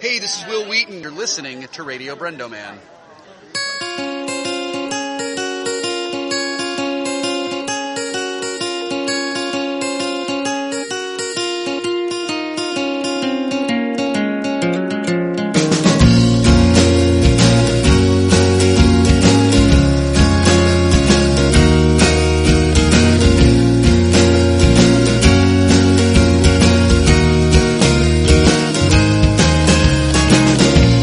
This is Will Wheaton. You're listening to Radio Brendo Man.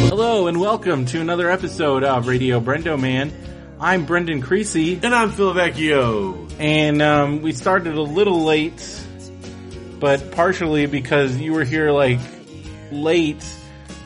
Hello and welcome to another episode of Radio Brendo Man. I'm Brendan Creasy, And I'm Phil Vecchio. and um, we started a little late, but partially because you were here like late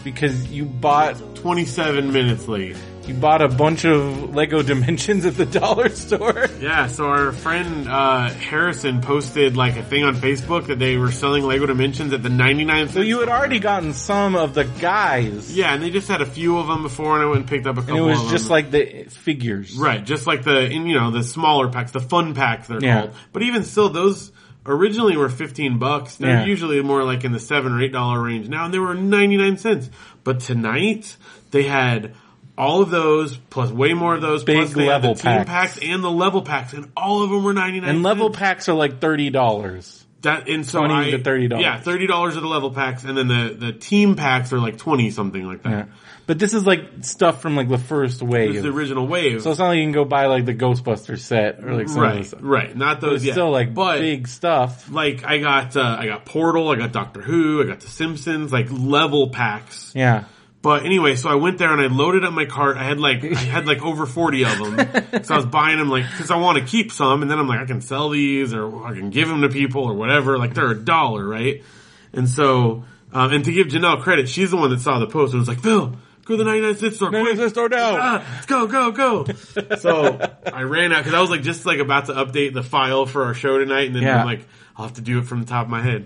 because you bought 27 minutes late. you bought a bunch of Lego Dimensions at the dollar store. Yeah, so our friend uh, Harrison posted like a thing on Facebook that they were selling Lego Dimensions at the 99 cent So you had already gotten some of the guys, Yeah, and they just had a few of them before, and I went and picked up a couple and it was of just them. like the figures. Right, just like the, in, you know, the smaller packs, the fun packs they're Yeah. called. But even still, those originally were 15 bucks. They're Yeah. usually more like in the 7 or 8 dollar range now, and they were 99 cents. But tonight, they had all of those, plus way more of those, Big plus they had level the team packs. and the level packs, and all of them were 99 And level cents. packs are like thirty dollars. That and so 20 I- to $30. Yeah, thirty dollars are the level packs, and then the the team packs are like twenty something like that. Yeah. But this is like stuff from like the first It was wave. the original wave. So it's not like you can go buy like the Ghostbuster set or like some of right, this stuff. right. Not those It's yet. still like but big stuff. like I got uh, I got Portal, I got Doctor Who, I got The Simpsons, like level packs. Yeah. But anyway, so I went there and I loaded up my cart. I had like I had like over forty of them, so I was buying them like because I want to keep some, and then I'm like I can sell these or I can give them to people or whatever. Like they're a dollar, right? And so, um, and to give Janelle credit, she's the one that saw the post and was like, Phil, go to the 99 cent store. quick." Ah, let's go, go, go. So I ran out because I was like just like about to update the file for our show tonight, and then Yeah. I'm like, I'll have to do it from the top of my head.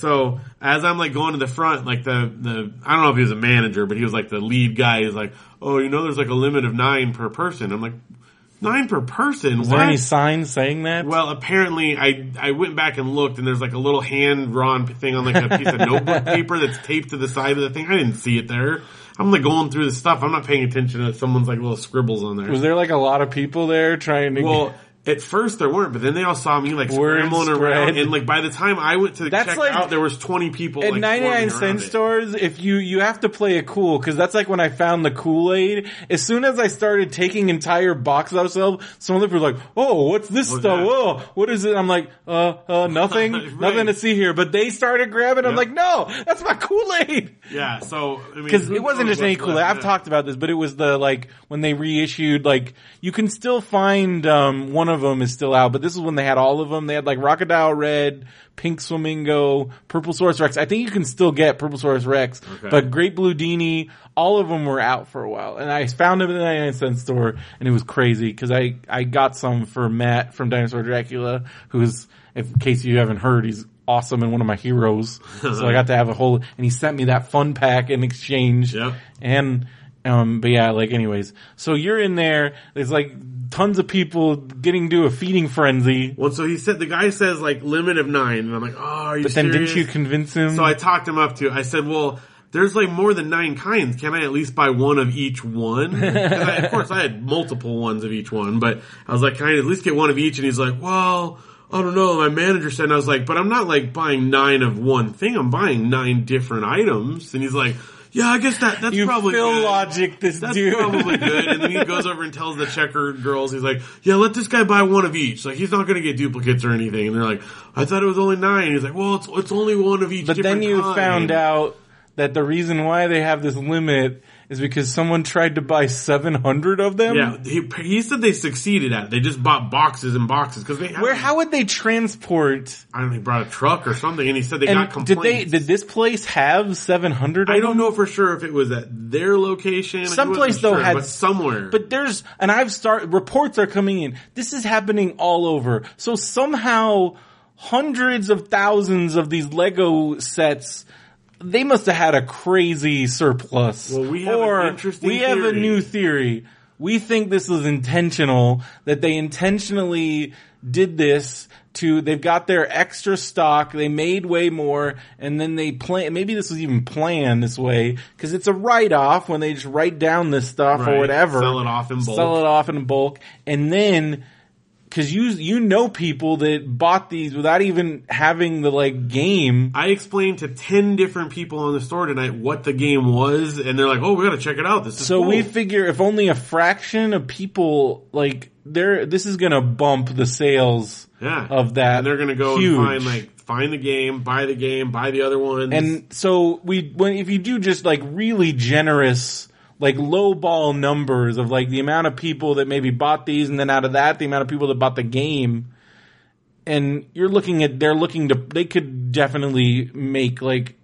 So as I'm like going to the front, like the the I don't know if he was a manager, but he was like the lead guy. He's like, oh, you know, there's like a limit of nine per person. I'm like, nine per person. Is there What?" any sign saying that? Well, apparently, I I went back and looked, and there's like a little hand drawn thing on like a piece of notebook paper that's taped to the side of the thing. I didn't see it there. I'm like going through the stuff. I'm not paying attention to someone's like little scribbles on there. was there like a lot of people there trying to well, at first there weren't, but then they all saw me like Word scrambling spread. around, and like by the time I went to That's check like- out, there was 20 people at like, 99 forming around cent it. stores if you you have to play it cool because that's like when i found the kool-aid as soon as i started taking entire boxes out of shelves, some other people were like oh what's this What's stuff that?" oh what is it i'm like uh uh nothing Right. nothing to see here but they started grabbing i'm Yeah. like no that's my kool-aid Yeah, so I mean, because who it wasn't knows just any what's Kool-Aid. left, I've yeah. talked about this, but it was the like when they reissued. Like you can still find um, one of them is still out, but this is when they had all of them. They had like Crocodile Red, Pink Flamingo, Purple Source Rex. I think you can still get Purple Source Rex, Okay. but Great Blue Dini. All of them were out for a while, and I found them in the 99 cent store, and it was crazy because I I got some for Matt from Dinosaur Dracula, who's if, in case you haven't heard, he's awesome and one of my heroes. so I got to have a whole, and he sent me that fun pack in exchange. Yep. And, um, but yeah, like anyways, so you're in there, there's like tons of people getting to a feeding frenzy, Well, so he said the guy says like limit of nine, and I'm like, oh, are you? but then didn't serious? you convince him? So I talked him up to. it. I said, "Well, there's like more than nine kinds. Can I at least buy one of each one?" 'Cause I, of course, I had multiple ones of each one, but I was like, "Can I at least get one of each?" And he's like, "Well, I don't know." My manager said, and "I was like, but I'm not like buying nine of one thing. I'm buying nine different items." And he's like, "Yeah, I guess that that's you probably Phil good." logic this That's dude. probably good. And then he goes over and tells the checker girls, he's like, yeah, let this guy buy one of each. Like, he's not going to get duplicates or anything. And they're like, I thought it was only nine. He's like, well, it's, it's only one of each. But then different you kind." found out that the reason why they have this limit is because someone tried to buy 700 of them? Yeah, he, he said they succeeded at it. They just bought boxes and boxes because they had, Where, how would they transport? I don't know, he brought a truck or something and he said they got And did complaints. they, did this place have 700 I don't know for sure if it was at their location. I wasn't Someplace, though, sure, had- but somewhere. But there's, and I've started, reports are coming in. This is happening all over. So somehow hundreds of thousands of these Lego sets, they must have had a crazy surplus. Well, we have an or interesting we have a theory. new theory. we think this was intentional, that they intentionally did this to, they've got their extra stock, they made way more, and then they plan, maybe this was even planned this way, cause it's a write-off when they just write down this stuff Right. or whatever. Sell it off in bulk. Sell it off in bulk, and then, cause you, you know people that bought these without even having the like game. I explained to 10 different people in the store tonight what the game was, and they're like, oh, we gotta check it out. This is So cool. we figure if only a fraction of people like there, this is gonna bump the sales yeah. of that. And they're gonna go huge. and find, like, find the game, buy the game, buy the other ones. And so we, when if you do just like really generous, like low ball numbers of like the amount of people that maybe bought these, and then out of that, the amount of people that bought the game, and you're looking at they're looking to they could definitely make like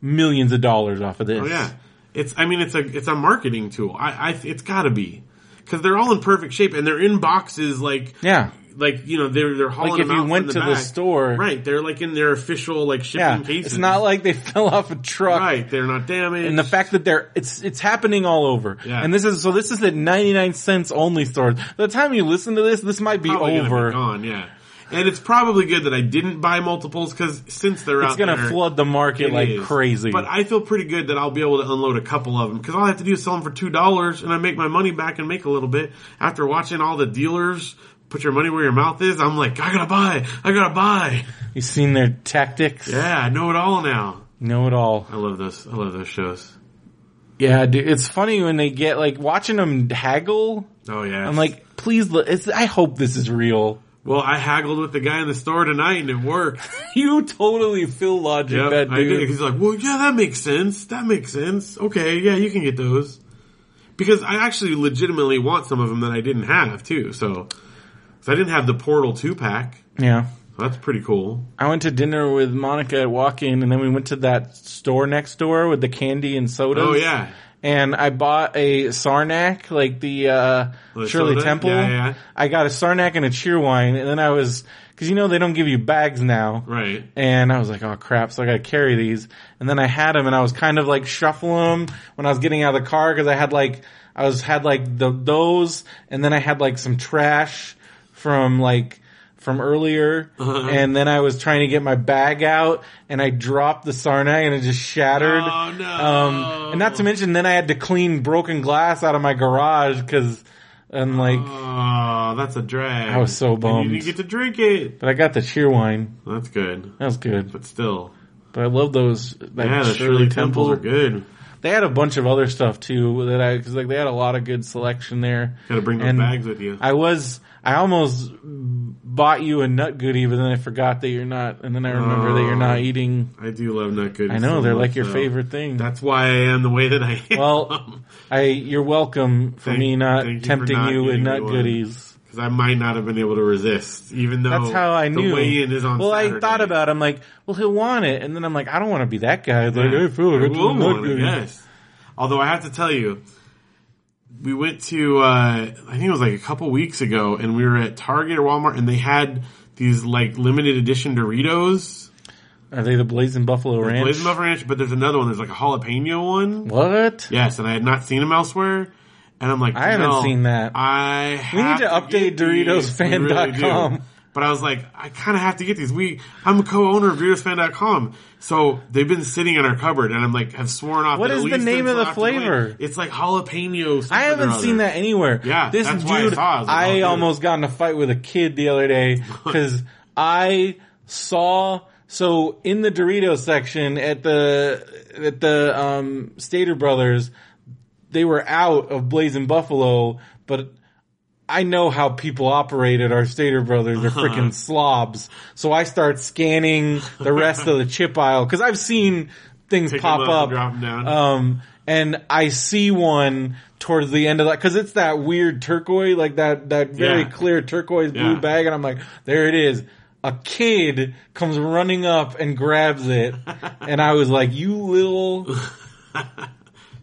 millions of dollars off of this. Oh, yeah, it's. I mean, it's a it's a marketing tool. I, I it's got to be because they're all in perfect shape and they're in boxes like yeah. like you know they're they're hauling Like, if them you out went from to the back. store- right? They're like in their official like shipping Yeah, cases. it's not like they fell off a truck. right. They're not damaged. And the fact that they're it's it's happening all over. Yeah. And this is so this is at 99 cents only stores. By the time you listen to this, this might be Probably gonna over. be gone. Yeah, and it's probably good that I didn't buy multiples because since they're it's out going to there, flood the market it like is. crazy. But I feel pretty good that I'll be able to unload a couple of them because all I have to do is sell them for two dollars, and I make my money back and make a little bit. After watching all the dealers put your money where your mouth is, I'm like, I gotta buy, I gotta buy. You've seen their tactics. Yeah, I know it all now. Know it all. I love those. I love those shows. Yeah, dude, it's funny when they get like watching them haggle. Oh yeah. I'm like, please, li- it's, I hope this is real. well, I haggled with the guy in the store tonight, and it worked. You totally feel logic, Yep, that I did. dude. He's like, well, yeah, that makes sense. That makes sense. Okay, yeah, you can get those. Because I actually legitimately want some of them that I didn't have too. So, 'Cause I didn't have the Portal two pack. Yeah. So that's pretty cool. I went to dinner with Monica at Walk-In, and then we went to that store next door with the candy and sodas. Oh yeah, and I bought a Sarnak, like the uh, The Shirley soda? Temple. Yeah, yeah. I got a Sarnak and a Cheerwine, and then I was because you know they don't give you bags now. right. And I was like, oh crap, so I gotta carry these. And then I had them and I was kind of like shuffling them when I was getting out of the car cause I had like, I was, had like the, those and then I had like some trash from like, from earlier. Uh-huh. And then I was trying to get my bag out and I dropped the Sarnay and it just shattered. Oh, no. Um, and not to mention then I had to clean broken glass out of my garage cause, and like, Oh, that's a drag. I was so And bummed. you didn't get to drink it. but I got the cheer wine. That's good, That was good. but still, But I love those. That yeah, the Shirley, Temples are good. They had a bunch of other stuff too that I cause like they had a lot of good selection there. Got to bring those And bags with you. I was I almost bought you a nut goodie, but then I forgot that you're not, and then I remember that you're not Oh. eating. I do love nut goodies. I know so they're like much, your though. favorite thing. That's why I am the way that I am. well, I you're welcome for Thank- me not thank you for tempting not you with eating nut one. goodies. because I might not have been able to resist, even though That's how I knew. the weigh-in is on. well, I Saturday. thought about. it. I'm like, well, he'll want it, and then I'm like, I don't want to be that guy. Like, Yeah. hey, Phil, I I got you will a nut want it, goodie. yes. Although I have to tell you, we went to uh, I think it was like a couple weeks ago, and we were at Target or Walmart, and they had these like limited edition Doritos, Are they the Blazing Buffalo Ranch? Blazing Buffalo Ranch, but there's another one. There's like a jalapeno one. What? Yes, and I had not seen them elsewhere. And I'm like, I haven't no, seen that. I We need have to update get these. DoritosFan.com. We really do. But I was like, I kind of have to get these. We, I'm a co-owner of DoritosFan.com, so they've been sitting in our cupboard, and I'm like, have sworn off. What that at is the least name until of the after Halloween. flavor? It's like jalapeno. something I haven't or seen other. that anywhere. Yeah, this that's dude, why I saw it. I was like, I oh, dude. almost got in a fight with a kid the other day because I saw. So in the Dorito section at the at the um, Stater Brothers, they were out of Blazing Buffalo, but I know how people operate at our Stater Brothers. They're freaking slobs. So I start scanning the rest of the chip aisle because I've seen things Pick 'em pop up and up. drop 'em down. Um, and I see one towards the end of that because it's that weird turquoise, like that that very Yeah. clear turquoise blue Yeah. bag, and I'm like, there it is. A kid comes running up and grabs it, and I was like, "You little, you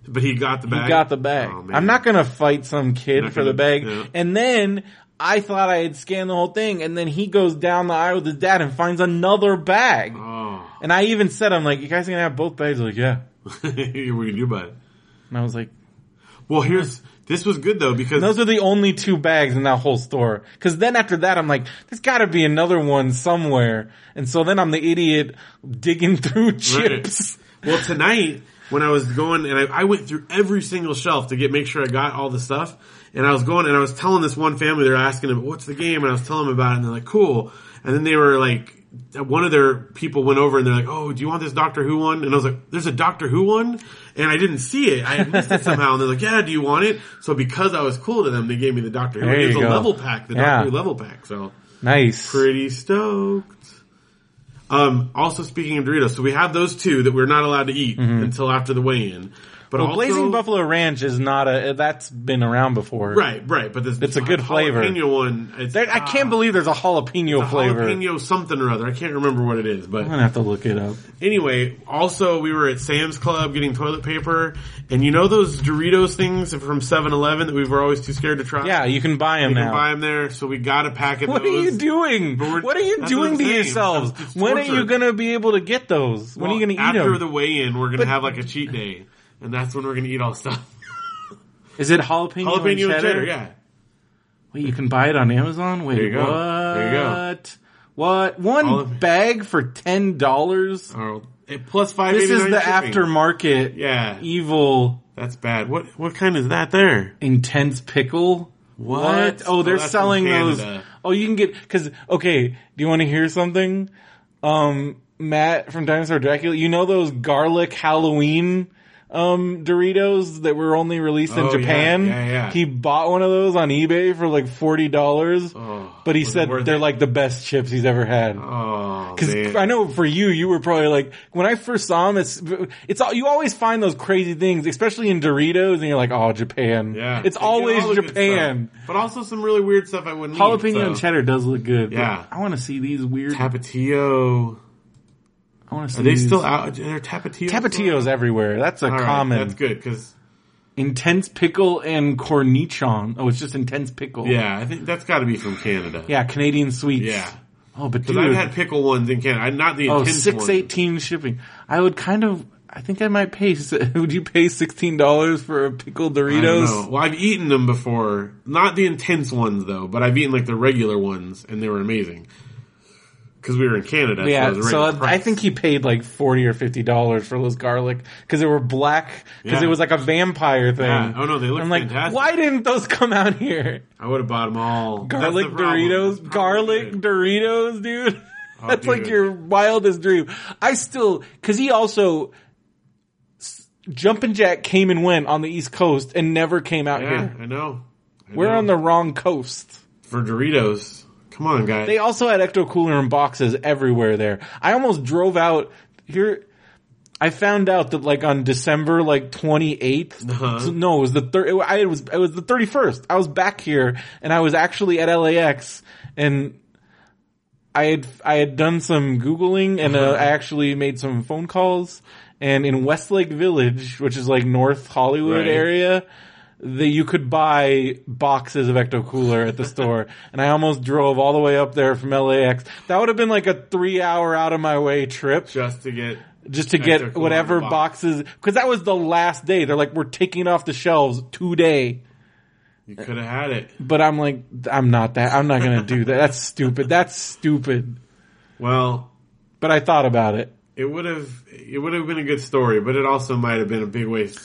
But he got the bag. got the bag." Oh, man. I'm not gonna fight some kid Not for the gonna- bag. yeah. And then I thought I had scanned the whole thing, and then he goes down the aisle with his dad and finds another bag. Oh, And I even said, "I'm like, you guys are gonna have both bags?" They're like, yeah. what are you gonna do about it? And I was like, Well, here's this was good though because Those are the only two bags in that whole store. Cause then after that, I'm like, there's gotta be another one somewhere. And so then I'm the idiot digging through Right. chips. Well, tonight when I was going and I, I went through every single shelf to get make sure I got all the stuff, and I was going and I was telling this one family they're asking them what's the game, and I was telling them about it, and they're like cool, and then they were like. One of their people went over and they're like, "Oh, do you want this Doctor Who one?" And I was like, "There's a Doctor Who one," and I didn't see it. I had missed it somehow. And they're like, "Yeah, do you want it?" So because I was cool to them, they gave me the Doctor Who. There It's a you go. level pack, the Yeah. Doctor Who level pack. So Nice. pretty stoked. Um, also speaking of Doritos, so we have those two that we're not allowed to eat until after the weigh-in. But Mm-hmm. Well, also, Blazing Buffalo Ranch is not a, that's been around before. right, right. But this It's a good flavor. Jalapeno one. It's, There, I can't believe there's a jalapeno ah, flavor. Uh-huh. Jalapeno something or other. I can't remember what it is, I'm but gonna have to look it up. anyway. Also, we were at Sam's Club getting toilet paper, and you know those Doritos things from 7-Eleven that we were always too scared to try. Yeah, you can buy them you can now. buy them there. So we got a pack of what are those. you doing? But we're- What are you that's what doing I'm to saying. yourselves? It's- it's When are torture. you gonna be able to get those? When are you gonna eat after them? the weigh-in? We're gonna But- have like a cheat day, and that's when we're gonna eat all stuff. is it jalapeno, Jalapeno and cheddar? yeah. Wait, you can buy it on Amazon? Wait, There you go. what? There you go. What? One All of- bag for ten dollars? Oh, eh, plus five. This is the shipping. aftermarket Yeah, evil that's bad. What what kind is that there? intense pickle. What? Oh, they're Oh, that's selling from those. Canada. Oh, you can get cuz okay, do you want to hear something? Um Matt from Dinosaur Dracula, you know those garlic Halloween um Doritos that were only released in Oh, yeah, Japan? yeah, yeah. He bought one of those on eBay for like $40, Oh, but he was it said worth they're it? like the best chips he's ever had. Oh, Because I know for you, you were probably like when I first saw them. It's it's all you always find those crazy things, especially in Doritos, and you're like, oh, Japan. Yeah, it's They get all always the good Japan. stuff. but also some really weird stuff I wouldn't eat. Jalapeno so. and cheddar does look good. but Yeah. I want to see these weird. Tapatio. I want to see Are they these- still out? They're Tapatio. Tapatios everywhere. That's a common That's good because intense pickle and cornichon. Oh, it's just intense pickle. yeah, I think that's got to be from Canada. yeah, Canadian sweets. Yeah. Oh, but Because I've dude, had pickle ones in Canada, not the oh, intense six ones. eighteen shipping. I would kind of. I think I might pay. Would you pay sixteen dollars for a pickled I don't Doritos? know. Well, I've eaten them before. Not the intense ones though, but I've eaten like the regular ones, and they were amazing. Because we were in Canada, Yeah, it was a so regular I- I price. think he paid like forty or fifty dollars for those garlic because they were black because Yeah. it was like a vampire thing. Yeah. Oh no, they look I'm like, fantastic. why didn't those come out here? I would have bought them all. That's Garlic the problem. That's Doritos, probably garlic good. Doritos, dude. Oh, That's like dude. your wildest dream. I still because he also s- Jumpin' Jack came and went on the East Coast and never came out Yeah, here. I know. I We're know. on the wrong coast. for Doritos. Come on, guys. They also had ecto cooler in boxes everywhere there. I almost drove out here. I found out that like on December like 28th, Uh-huh. so- no, it was the third, I was, it was the 31st. I was back here and I was actually at LAX and I had, I had done some Googling and uh, I actually made some phone calls and in Westlake Village, which is like North Hollywood Right. area, that you could buy boxes of Ecto Cooler at the store. And I almost drove all the way up there from LAX. That would have been like a three hour out of my way trip just to get. just to get Ecto-Cooler whatever in a box. boxes. Cause that was the last day. They're like, we're taking off the shelves today. You could have had it. But I'm like, I'm not that. I'm not going to do that. That's stupid. That's stupid. Well, But I thought about it. it would have. It would have been a good story, but it also might have been a big waste.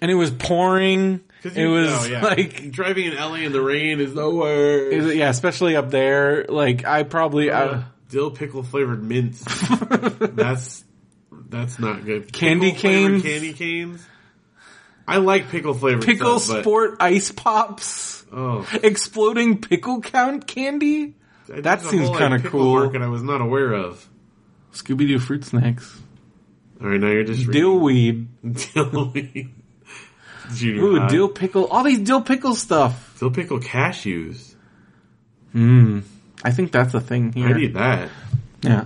And it was pouring. 'Cause It you- was oh, yeah. like, driving in LA in the rain is the worst. it was- yeah, especially up there. Like I probably, Uh, I, dill pickle flavored mints. that's that's not good. Candy Pickle-flavored canes? Candy canes. I like pickle flavored pickle stuff, but- sport ice pops. Oh, exploding pickle count candy? That there's a seems whole, kinda pickle cool. Market I was not aware of. Scooby Doo fruit snacks. All right, now you're just Dill weed. Dillweed. Junior Ooh, high. dill pickle. All these dill pickle stuff. dill pickle cashews. I think that's a thing I here. need that. Yeah.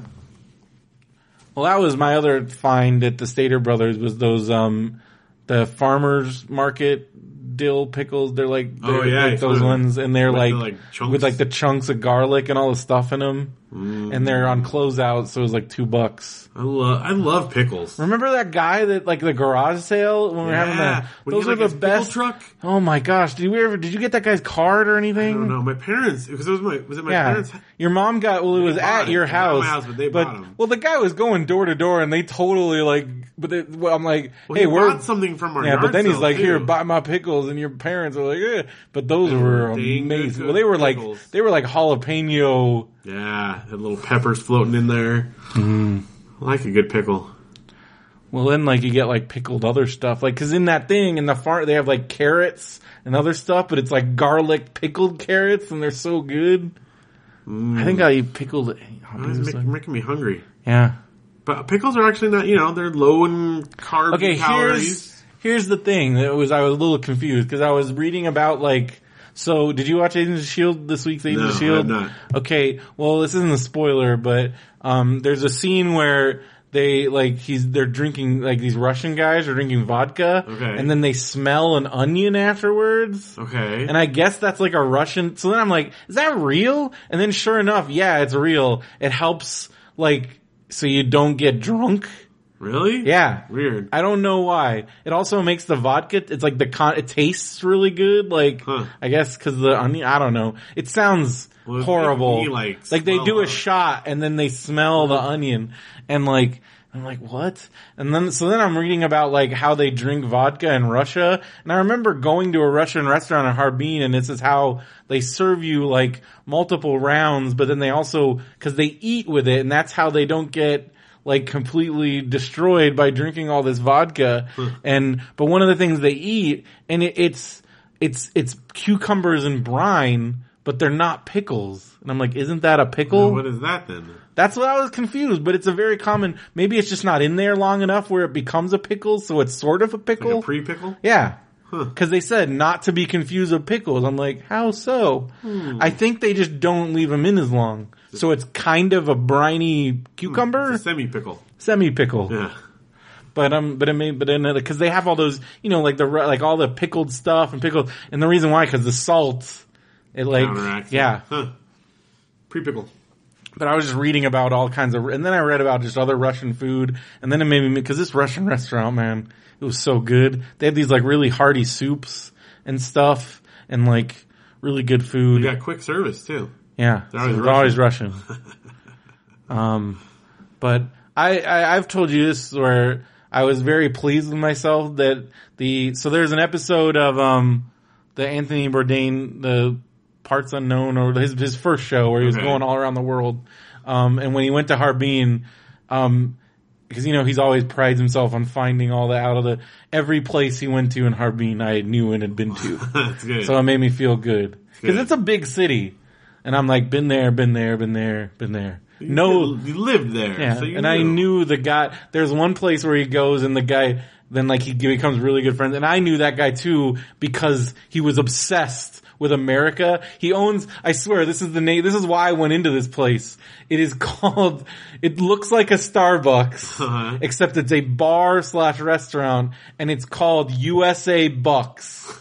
Well, that was my other find at the Stater Brothers was those, um, the farmers market dill pickles. They're like, they're Oh, yeah, like it's those one of ones and they're with like, the, like, chunks. with like the chunks of garlic and all the stuff in them. Mm. and they're on closeout, so it was like two bucks. I love I love pickles. Remember that guy that like the garage sale when we were having Yeah. that? When he Those had, are like, his the pickle best. truck. Oh my gosh! Did we ever? Did you get that guy's card or anything? I don't know. My parents because it was my was it my Yeah, parents? your mom got. Well, it was bought at it. your They bought house, my house, but they bought 'em. well, the guy was going door to door, and they totally like. But they, well, I'm like, Well, hey, he we're bought something from our yeah. But yard then he's sale, like, too. here, buy my pickles, and your parents are like, eh. But those were were dang good amazing. cooked Well, they were like, pickles. they were like jalapeno. Yeah, had little peppers floating in there. Mm-hmm. I like a good pickle. Well, then like you get like pickled other stuff, like because in that thing in the farm they have like carrots and other stuff, but it's like garlic pickled carrots, and they're so good. Mm, I think I eat pickled. It's making, making me hungry. Yeah. But pickles are actually not, you know, they're low in carbs okay, and calories. here's here's the thing that was I was a little confused because I was reading about like so did you watch Agents of Shield E this week's Agents No, of I Shield? have not. E Okay, well this isn't a spoiler, but um there's a scene where they like he's they're drinking like these Russian guys are drinking vodka Okay. and then they smell an onion afterwards. Okay. And I guess that's like a Russian. So then I'm like, is that real? And then sure enough, yeah, it's real. It helps like so you don't get drunk. really? Yeah. Weird. I don't know why. It also makes the vodka. It's like the con. It tastes really good. Like Huh. I guess because the onion. I don't know. It sounds Well, it horrible. could be, like, they smell do a of- shot and then they smell the onion and like. I'm like, what? And then, so then I'm reading about like how they drink vodka in Russia. And I remember going to a Russian restaurant in Harbin and this is how they serve you like multiple rounds, but then they also, cause they eat with it and that's how they don't get, like completely destroyed by drinking all this vodka. and but one of the things they eat, and it, it's it's it's cucumbers and brine, but they're not pickles. And I'm like, isn't that a pickle? what is that then? That's what I was confused. But it's a very common. Maybe it's just not in there long enough where it becomes a pickle, so it's sort of a pickle. Like a pre pickle? Yeah. Cause they said not to be confused with pickles. I'm like, how so? Hmm. I think they just don't leave them in as long. So it's kind of a Hmm. briny cucumber, Semi pickle. semi pickle. Yeah. But um, but I mean, but in because they have all those, you know, like the re- like all the pickled stuff and pickled, and the reason why because the salt, it like Counteracts. yeah. Huh. Pre pickle. But I was just reading about all kinds of, and then I read about just other Russian food, and then it made me because this Russian restaurant, man, it was so good. They had these like really hearty soups and stuff, and like really good food. You got quick service too. Yeah, They're always so they're always Russian. um, but I, I I've told you this where I was very pleased with myself that the so there's an episode of um the Anthony Bourdain the Parts Unknown or his his first show where he was Okay. going all around the world, um and when he went to Harbin, um. Because you know he's always prides himself on finding all the out of the every place he went to in Harbin I knew and had been to. That's good. So it made me feel good because Good. it's a big city, and I'm like, been there, been there, been there, been there. No, you, you lived there. yeah, so you and I knew. knew the guy. There's one place where he goes, and the guy then like he becomes really good friends, and I knew that guy too because he was obsessed with America. He owns. I swear, this is the name. This is why I went into this place. It is called. It looks like a Starbucks, Uh-huh. except it's a bar slash restaurant, and it's called USA Bucks.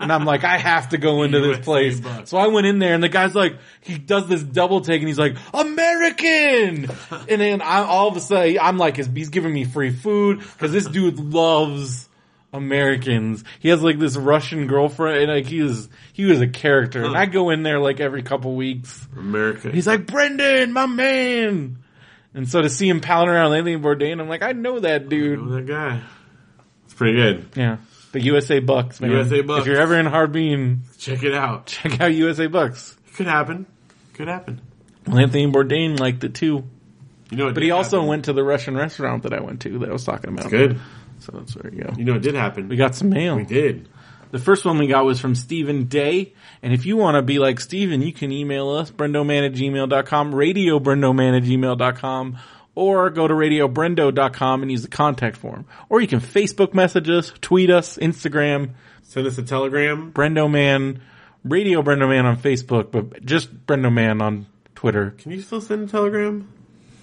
and I'm like, I have to go into this USA place. Bucks. So I went in there and the guy's like, he does this double take and he's like, American! and then I, all of a sudden, I'm like, he's- he's giving me free food because this dude loves Americans. He has like this Russian girlfriend and like he was, he was a character. And I go in there like every couple weeks. America. He's like, Brendan, my man! And so to see him pounding around Anthony Bourdain, I'm like, I know that dude. Oh, that guy. It's pretty good. Yeah. But USA Bucks, man. USA Bucks. If you're ever in Harbin, Check it out. check out USA Bucks. Could happen. Could happen. Well, Anthony Bourdain liked it too. You know, it But he also went to the Russian restaurant that I went to that I was talking about. good. So that's where you go. You know, it did happen. We got some mail. We did. The first one we got was from Stephen Day. And if you want to be like Stephen, you can email us, brendoman at gmail.com, radiobrendoman at gmail.com, or go to radiobrendo.com and use the contact form. Or you can Facebook message us, tweet us, Instagram, Send us a telegram. Brendo Man, Radio Brendo Man on Facebook, but just Brendo Man on Twitter. Can you still send a telegram?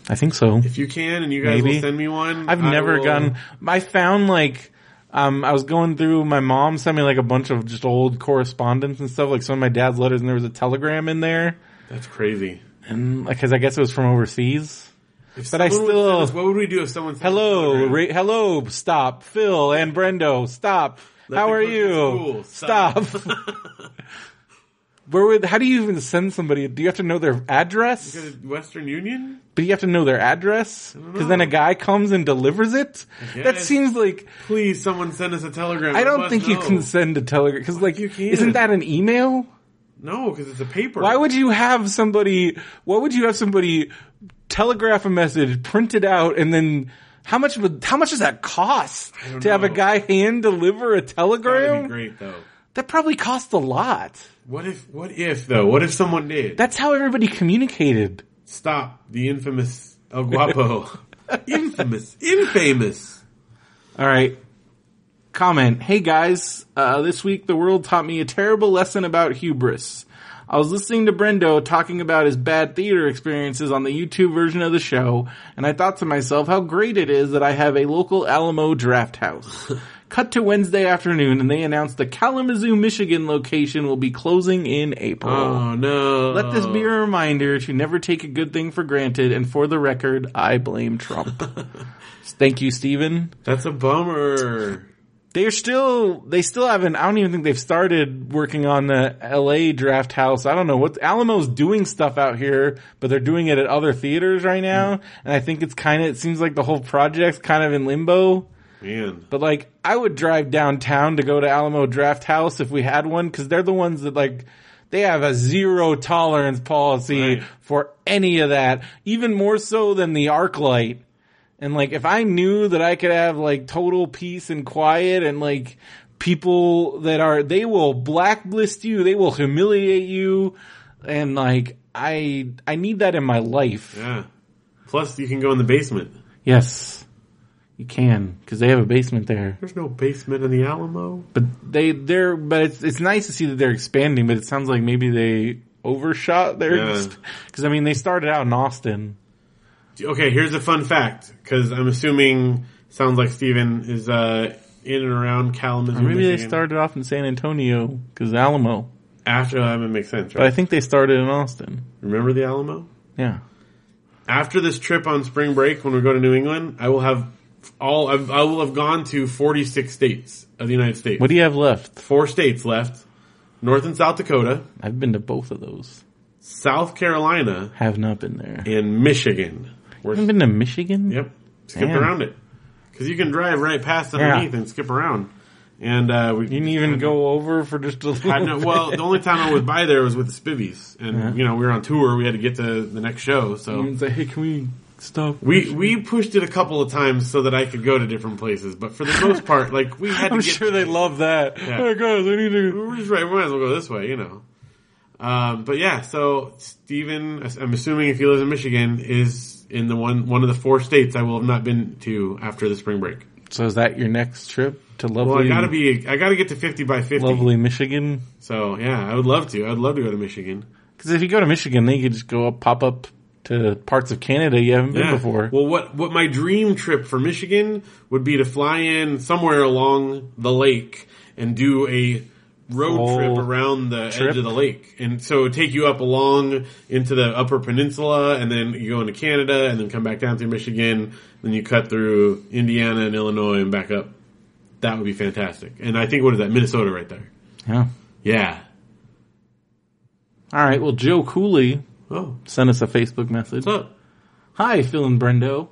I think so. If you can, and you guys Maybe. will send me one. I've I never will- gotten. I found like um, I was going through. My mom sent me like a bunch of just old correspondence and stuff, like some of my dad's letters, and there was a telegram in there. That's crazy. and because Mm, I guess it was from overseas. If But I someone would still- send us- what would we do if someone said Hello, Ra- hello, stop, Phil and Brendo, stop. Let how me are go to you? school, stop. stop. Where would? How do you even send somebody? Do you have to know their address? Western Union? But you have to know their address because then a guy comes and delivers it. That guess. seems like Please, someone send us a telegram. I Let don't us think you know. can send a telegram because like You can't. isn't that an email? No, because it's a paper. Why would you have somebody? What would you have somebody telegraph a message, print it out, and then how much would how much does that cost don't to have a know. guy hand deliver a That'd be telegram? great though. That probably cost a lot. What if? What if though? What if someone did? That's how everybody communicated. Stop the infamous El Guapo. infamous, infamous. All right. Comment. Hey guys, uh, this week the world taught me a terrible lesson about hubris. I was listening to Brendo talking about his bad theater experiences on the YouTube version of the show, and I thought to myself how great it is that I have a local Alamo draft house. Cut to Wednesday afternoon and they announced the Kalamazoo, Michigan location will be closing in April. Oh no! Let this be a reminder to never take a good thing for granted, and for the record, I blame Trump. Thank you, Steven That's a bummer. they're still they still haven't i don't even think they've started working on the la draft house i don't know what alamo's doing stuff out here but they're doing it at other theaters right now and i think it's kind of it seems like the whole project's kind of in limbo Man, but like i would drive downtown to go to alamo draft house if we had one because they're the ones that like they have a zero tolerance policy Right. for any of that even more so than the arc light and like, if I knew that I could have like total peace and quiet and like people that are, they will blacklist you, they will humiliate you. And like, I, I need that in my life. yeah. Plus, you can go in the basement. Yes. You can, cause they have a basement there. There's no basement in the Alamo. But they, they're, but it's, it's nice to see that they're expanding, but it sounds like maybe they overshot their, Yeah. cause I mean, they started out in Austin. Okay, here's a fun fact because I'm assuming sounds like Steven is uh, in and around Kalamazoo. Or maybe they Michigan. started off in San Antonio, cause Alamo. after uh, that. It makes sense, But I right? think they started in Austin. Remember the Alamo? Yeah. after this trip on spring break when we go to New England, I will have all I've, I will have gone to 46 states of the United States. What do you have left? Four states left. North and South Dakota, I've been to both of those. South Carolina, Have not been there. and Michigan. I've We're, been to Michigan. yep. Skip Damn. around it. Cuz you can drive right past underneath and skip around. And uh we You didn't even go over for just a little. I know, well, bit. the only time I was by there was with the Spivvies, and you know we were on tour. We had to get to the next show, so It's like, hey, can we stop? We we pushed it a couple of times so that I could go to different places, but for the most part, like we had to I'm get. sure they love that. Oh guys, I need to. We're just right. We might as well go this way, you know. Um, but yeah, so Steven, I'm assuming if he lives in Michigan, is in the one one of the four states I will have not been to after the spring break. So is that your next trip to lovely, Well, I gotta be, I gotta get to 50 by 50. lovely Michigan? So yeah, I would love to. I'd love to go to Michigan. Because if you go to Michigan, they could just go up, pop up to parts of Canada you haven't been Yeah. before. Well, what what my dream trip for Michigan would be to fly in somewhere along the lake and do a road Full trip around the trip? edge of the lake, and so it would take you up along into the Upper Peninsula, and then you go into Canada, and then come back down through Michigan, then you cut through Indiana and Illinois and back up. That would be fantastic. And I think what is that Minnesota right there? yeah. Yeah. All right. Well, Joe Cooley Oh, sent us a Facebook message. what's up? Hi, Phil and Brendo.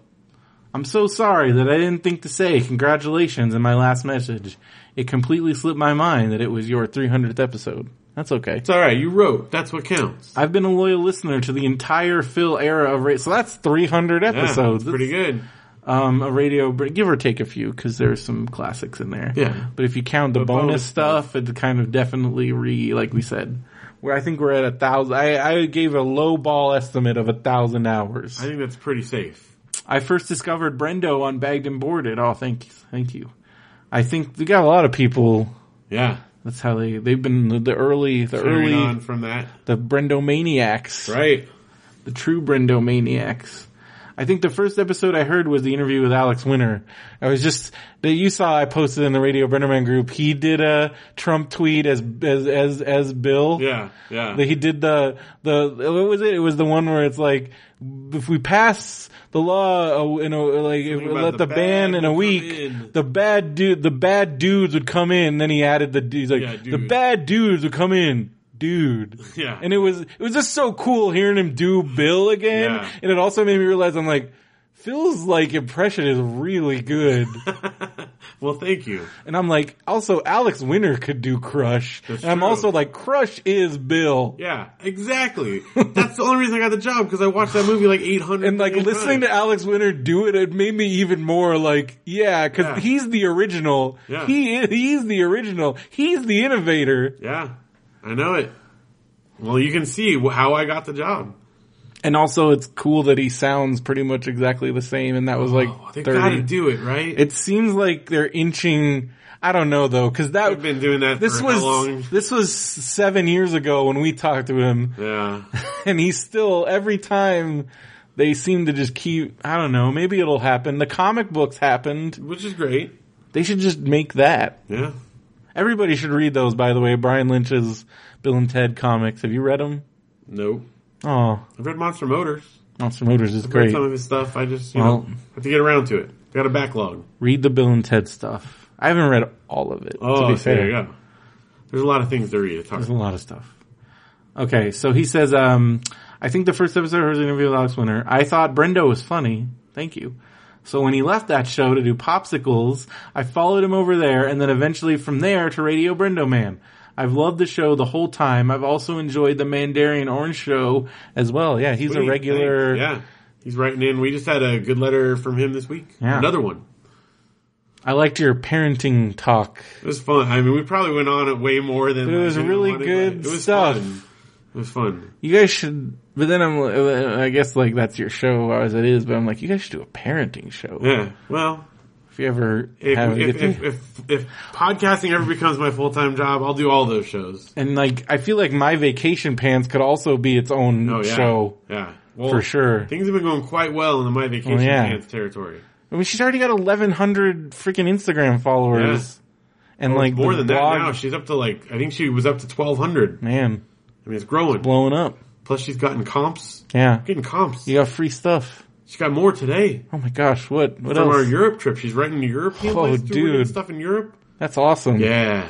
I'm so sorry that I didn't think to say congratulations in my last message. It completely slipped my mind that it was your 300th episode. That's okay. It's all right. You wrote. That's what counts. I've been a loyal listener to the entire Phil era of radio. So that's 300 Yeah, it's episodes. pretty good. Um, a radio, br- give or take a few, cause there's some classics in there. Yeah. But if you count the, bonus, bonus stuff, it kind of definitely re, like we said, where I think we're at a thousand, I, I gave a low ball estimate of a thousand hours. I think that's pretty safe. I first discovered Brendo on Bagged and Boarded. Oh, thank you, thank you. I think we got a lot of people. Yeah. That's how they they've been the, the early the early Carrying on from that. the Brendo maniacs, Right. the true Brendo maniacs. I think the first episode I heard was the interview with Alex Winter. I was just that you saw I posted in the Radio Brennerman group. He did a Trump tweet as as as, as Bill. Yeah, yeah. He did the the what was it? It was the one where it's like if we pass the law, uh, you know, like if we about let the the, bad ban in a will come week, in. the bad dude, the bad dudes would come in. And then he added the he's like Yeah, the dude. bad dudes would come in. Dude, Yeah. and it was it was just so cool hearing him do Bill again, Yeah. and it also made me realize I'm like, Phil's like impression is really good, well, thank you. and I'm like, also Alex Winter could do Crush, That's and I'm true. also like, Crush is Bill, Yeah, exactly. That's the only reason I got the job because I watched that movie like 800 and like million listening times. to Alex Winter do it, it made me even more like, yeah, because Yeah. he's the original. Yeah. He is, he's the original. He's the innovator. Yeah, I know it. Well, you can see wh- how I got the job. And also, it's cool that he sounds pretty much exactly the same. And that was like They got to Oh, thirty. do it, right? it seems like they're inching. I don't know though, because that I've been doing that this for was how long? this was seven years ago when we talked to him, Yeah. and he's still every time. They seem to just keep. I don't know. Maybe it'll happen. The comic books happened. Which is great. They should just make that. Yeah. Everybody should read those, by the way. Brian Lynch's Bill and Ted comics. Have you read them? Nope. Oh, I've read Monster Motors. Monster Motors is Read great. some of his stuff. I just, you Well- know, have to get around to it. Got a backlog. Read the Bill and Ted stuff. I haven't read all of it. Oh, to be there fair. you go. There's a lot of things to read. It's hard. There's a lot of stuff. Okay, so he says, um, I think the first episode of his interview with Alex Winter, I thought Brendo was funny. Thank you. So when he left that show to do popsicles, I followed him over there and then eventually from there to Radio Brendo Man. I've loved the show the whole time. I've also enjoyed the Mandarin Orange show as well. Yeah, he's What do a you regular. think? Yeah. He's writing in. We just had a good letter from him this week. Yeah. Another one. I liked your parenting talk. It was fun. I mean, we probably went on it way more than It like, was we really wanted, good but it was stuff. Fun. It was fun. You guys should, but then I'm, I guess like that's your show as it is, but I'm like, you guys should do a parenting show. Yeah. Well, If you ever if have, if, if, if if podcasting ever becomes my full time job, I'll do all those shows. and like I feel like my vacation pants could also be its own Oh yeah. show Yeah. Well, for sure. Things have been going quite well in the my vacation Oh, yeah. pants territory. I mean, she's already got 1,100 freaking Instagram followers, and like Oh, More the than blog, that now. She's up to like I think she was up to twelve hundred. man, I mean, it's growing. blowing up. Plus, she's gotten comps. Yeah, Getting comps. you got free stuff. She got more today Oh my gosh, what what from our else? Europe trip. She's writing to European Oh, places, doing dude. stuff in Europe. That's awesome. Yeah.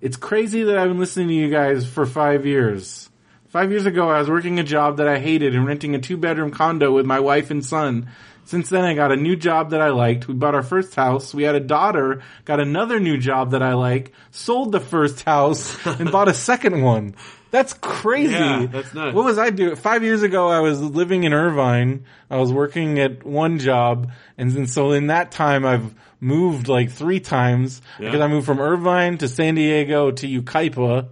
it's crazy that I've been listening to you guys for five years. Five years ago, I was working a job that I hated and renting a two bedroom condo with my wife and son. Since then, I got a new job that I liked. We bought our first house. We had a daughter, got another new job that I like, sold the first house, and bought a second one. That's crazy. Yeah, that's nuts. What was I doing? Five years ago, I was living in Irvine. I was working at one job. And then, so in that time, I've moved like three times Yeah. because I moved from Irvine to San Diego to Ukaipa.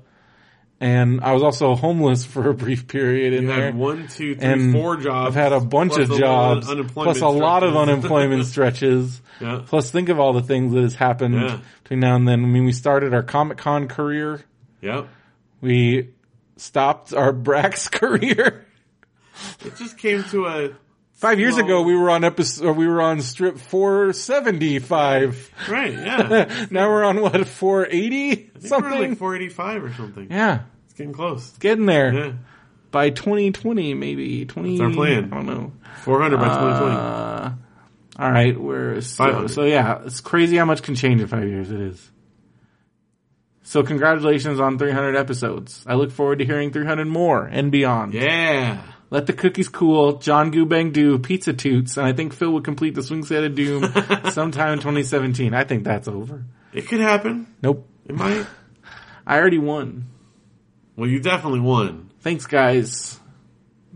And I was also homeless for a brief period in You there. had one, two, three, and four jobs. I've had a bunch plus of a lot jobs, unemployment plus a lot of stretches. unemployment stretches. Yeah. Plus, think of all the things that has happened Yeah. between now and then. I mean, we started our Comic Con career. Yep. We stopped our Brax career. It just came to a Five years Well- ago, we were on episode, we were on strip 475. right. Yeah. now we're on what, 480? I think Something? we're like 485 or something. yeah. It's getting close. Getting there. Yeah. By 2020, maybe. 20. That's our plan. I don't know. 400 by 2020. Uh, all right. We're, so, 500. so yeah, it's crazy how much can change in five years. It is. So congratulations on 300 episodes. I look forward to hearing 300 more and beyond. Yeah. Let the cookies cool, John Goobang do Pizza Toots, and I think Phil will complete the swing set of doom sometime in 2017. I think that's over. It could happen. Nope. It might. I already won. Well, you definitely won. Thanks guys.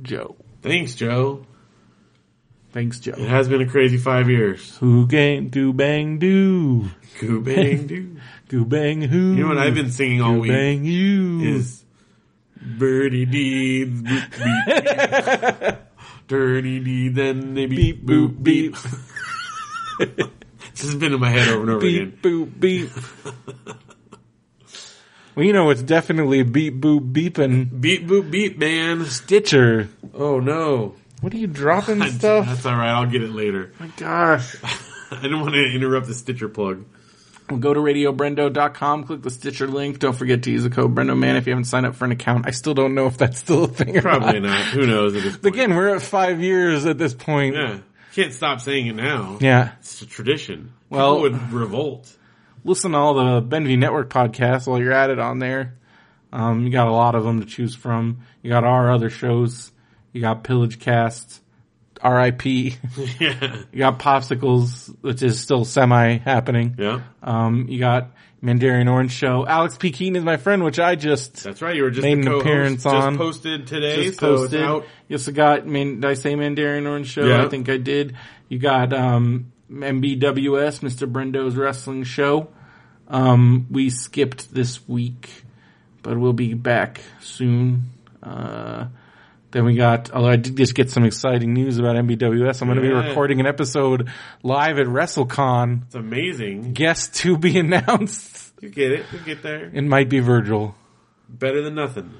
Joe. Thanks, Joe. Thanks It Joe. has been a crazy five years. Who gang do bang do? Goo bang doo. Do bang who? You know what I've been singing all week bang you. is Birdie Deeds, boop, beep, beep. Dirty Deeds, then they beep, beep boop boop, beep beep. This has been in my head over and over again. beep boop beep. well, you know it's definitely beep boop beeping. Beep, boop, beep, man. Stitcher. Oh no. What are you dropping stuff? That's all right. I'll get it later. my gosh. I didn't want to interrupt the Stitcher plug. Go to radiobrendo.com, click the Stitcher link. Don't forget to use the code BrendoMan if you haven't signed up for an account. I still don't know if that's still a thing or Probably not. not. Who knows? At this point. Again, we're at five years at this point. yeah. Can't stop saying it now. Yeah. It's a tradition. Well- People would revolt. Listen to all the Benview Network podcasts while you're at it on there. Um, you got a lot of them to choose from. You got our other shows. You got Pillage Cast, RIP. you yeah. got Popsicles, which is still semi happening. Yeah. Um, you got Mandarin Orange Show. Alex P. Keaton is my friend, which I just That's right. You were just Made the an co-host. appearance on- Just posted today. just so posted. It's out. Yes, I got. Man, did I say Mandarin Orange Show? Yeah. I think I did. You got um, MBWS, Mr. Brendo's Wrestling Show. Um, we skipped this week, but we'll be back soon. Uh, then we got, although I did just get some exciting news about MBWS. I'm going to be Yeah. recording an episode live at WrestleCon. It's amazing. Guest to be announced. You get it. You get there. It might be Virgil. Better than nothing.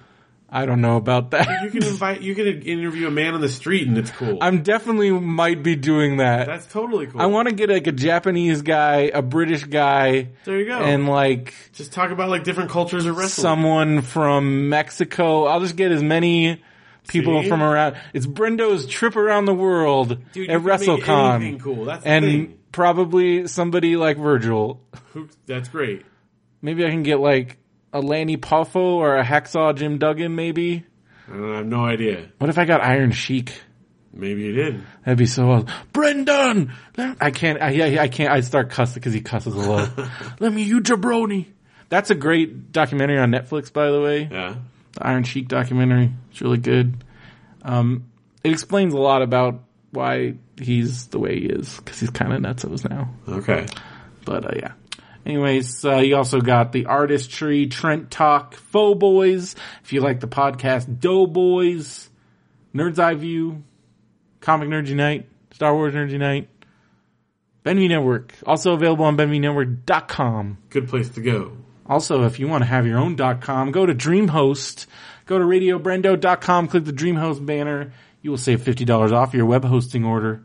I don't know about that. You can invite. You can interview a man on the street, and it's cool. I'm definitely might be doing that. That's totally cool. I want to get like a Japanese guy, a British guy, There you go. and like just talk about like different cultures of wrestling. someone from Mexico. I'll just get as many people See? from around. It's Brendo's trip around the world Dude, you at can make anything WrestleCon, cool. That's the and thing. probably somebody like Virgil. Who- That's great. Maybe I can get like a Lanny Poffo or a Hacksaw Jim Duggan. Maybe. I, don't know, I have no idea. What if I got Iron Sheik? Maybe you did. That'd be so awesome. Brendan! Let- I can't, I, I, I can't, I start cussing because he cusses a lot. let me, you jabroni. That's a great documentary on Netflix, by the way. Yeah. The Iron Sheik documentary. It's really good. Um, it explains a lot about why he's the way he is because he's kind of nutsos now. Okay. But, uh, yeah. Anyways, uh, you also got the artistry, Trent Talk, Faux Boys. If you like the podcast, Doughboys, Nerd's Eye View, Comic Nerd Unite, Star Wars Nerd Unite, Benview Network. Also available on BenviewNetwork.com. Good place to go. Also, if you want to have your own .com, go to DreamHost. Go to RadioBrendo.com, click the DreamHost banner. You will save $50 off your web hosting order.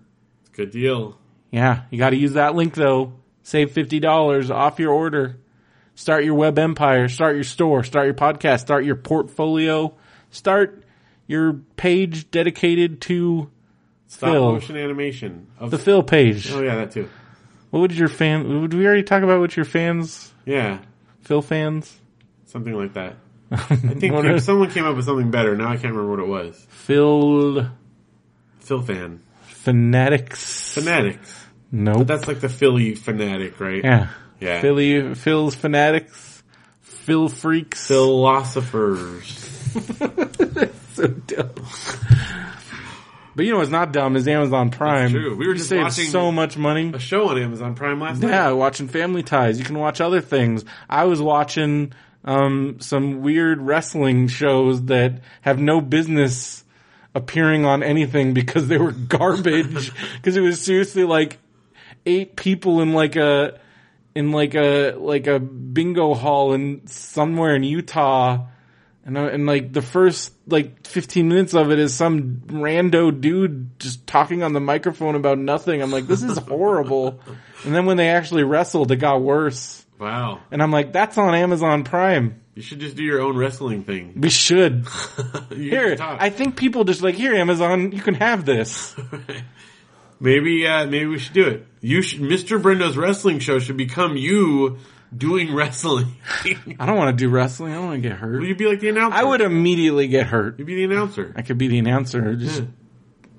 Good deal. Yeah, you got to use that link though. Save fifty dollars off your order. Start your web empire. Start your store. Start your podcast. Start your portfolio. Start your page dedicated to Stop Phil. motion animation. Of the Phil page. oh yeah, that too. What would your fan? Would we already talk about what your fans, Yeah, Phil fans? something like that. I think What if is- someone came up with something better. Now I can't remember what it was. Phil Phil fan. fanatics. Fanatics. Nope. That's like the Philly fanatic, right? yeah. Yeah. Philly Phil's fanatics. Phil freaks. Philosophers. so dumb. But you know what's not dumb is Amazon Prime. true. We were You just saved watching- so much money. A show on Amazon Prime last night. Yeah, watching Family Ties. You can watch other things. I was watching um, some weird wrestling shows that have no business appearing on anything because they were garbage. Because it was seriously like eight people in like a in like a like a bingo hall in somewhere in Utah. And, I- and like the first like 15 minutes of it is some rando dude just talking on the microphone about nothing. I'm like, this is horrible. and then when they actually wrestled, it got worse. Wow. And I'm like, that's on Amazon Prime. You should just do your own wrestling thing. We should. You Here, can talk. I think people just like, here, Amazon, you can have this. Maybe, uh, maybe we should do it. You should, Mr. Brendo's wrestling show should become you doing wrestling. Will I don't want to do wrestling. I don't want to get hurt. you be like the announcer? I would immediately get hurt. You'd be the announcer. I could be the announcer. Just, Yeah.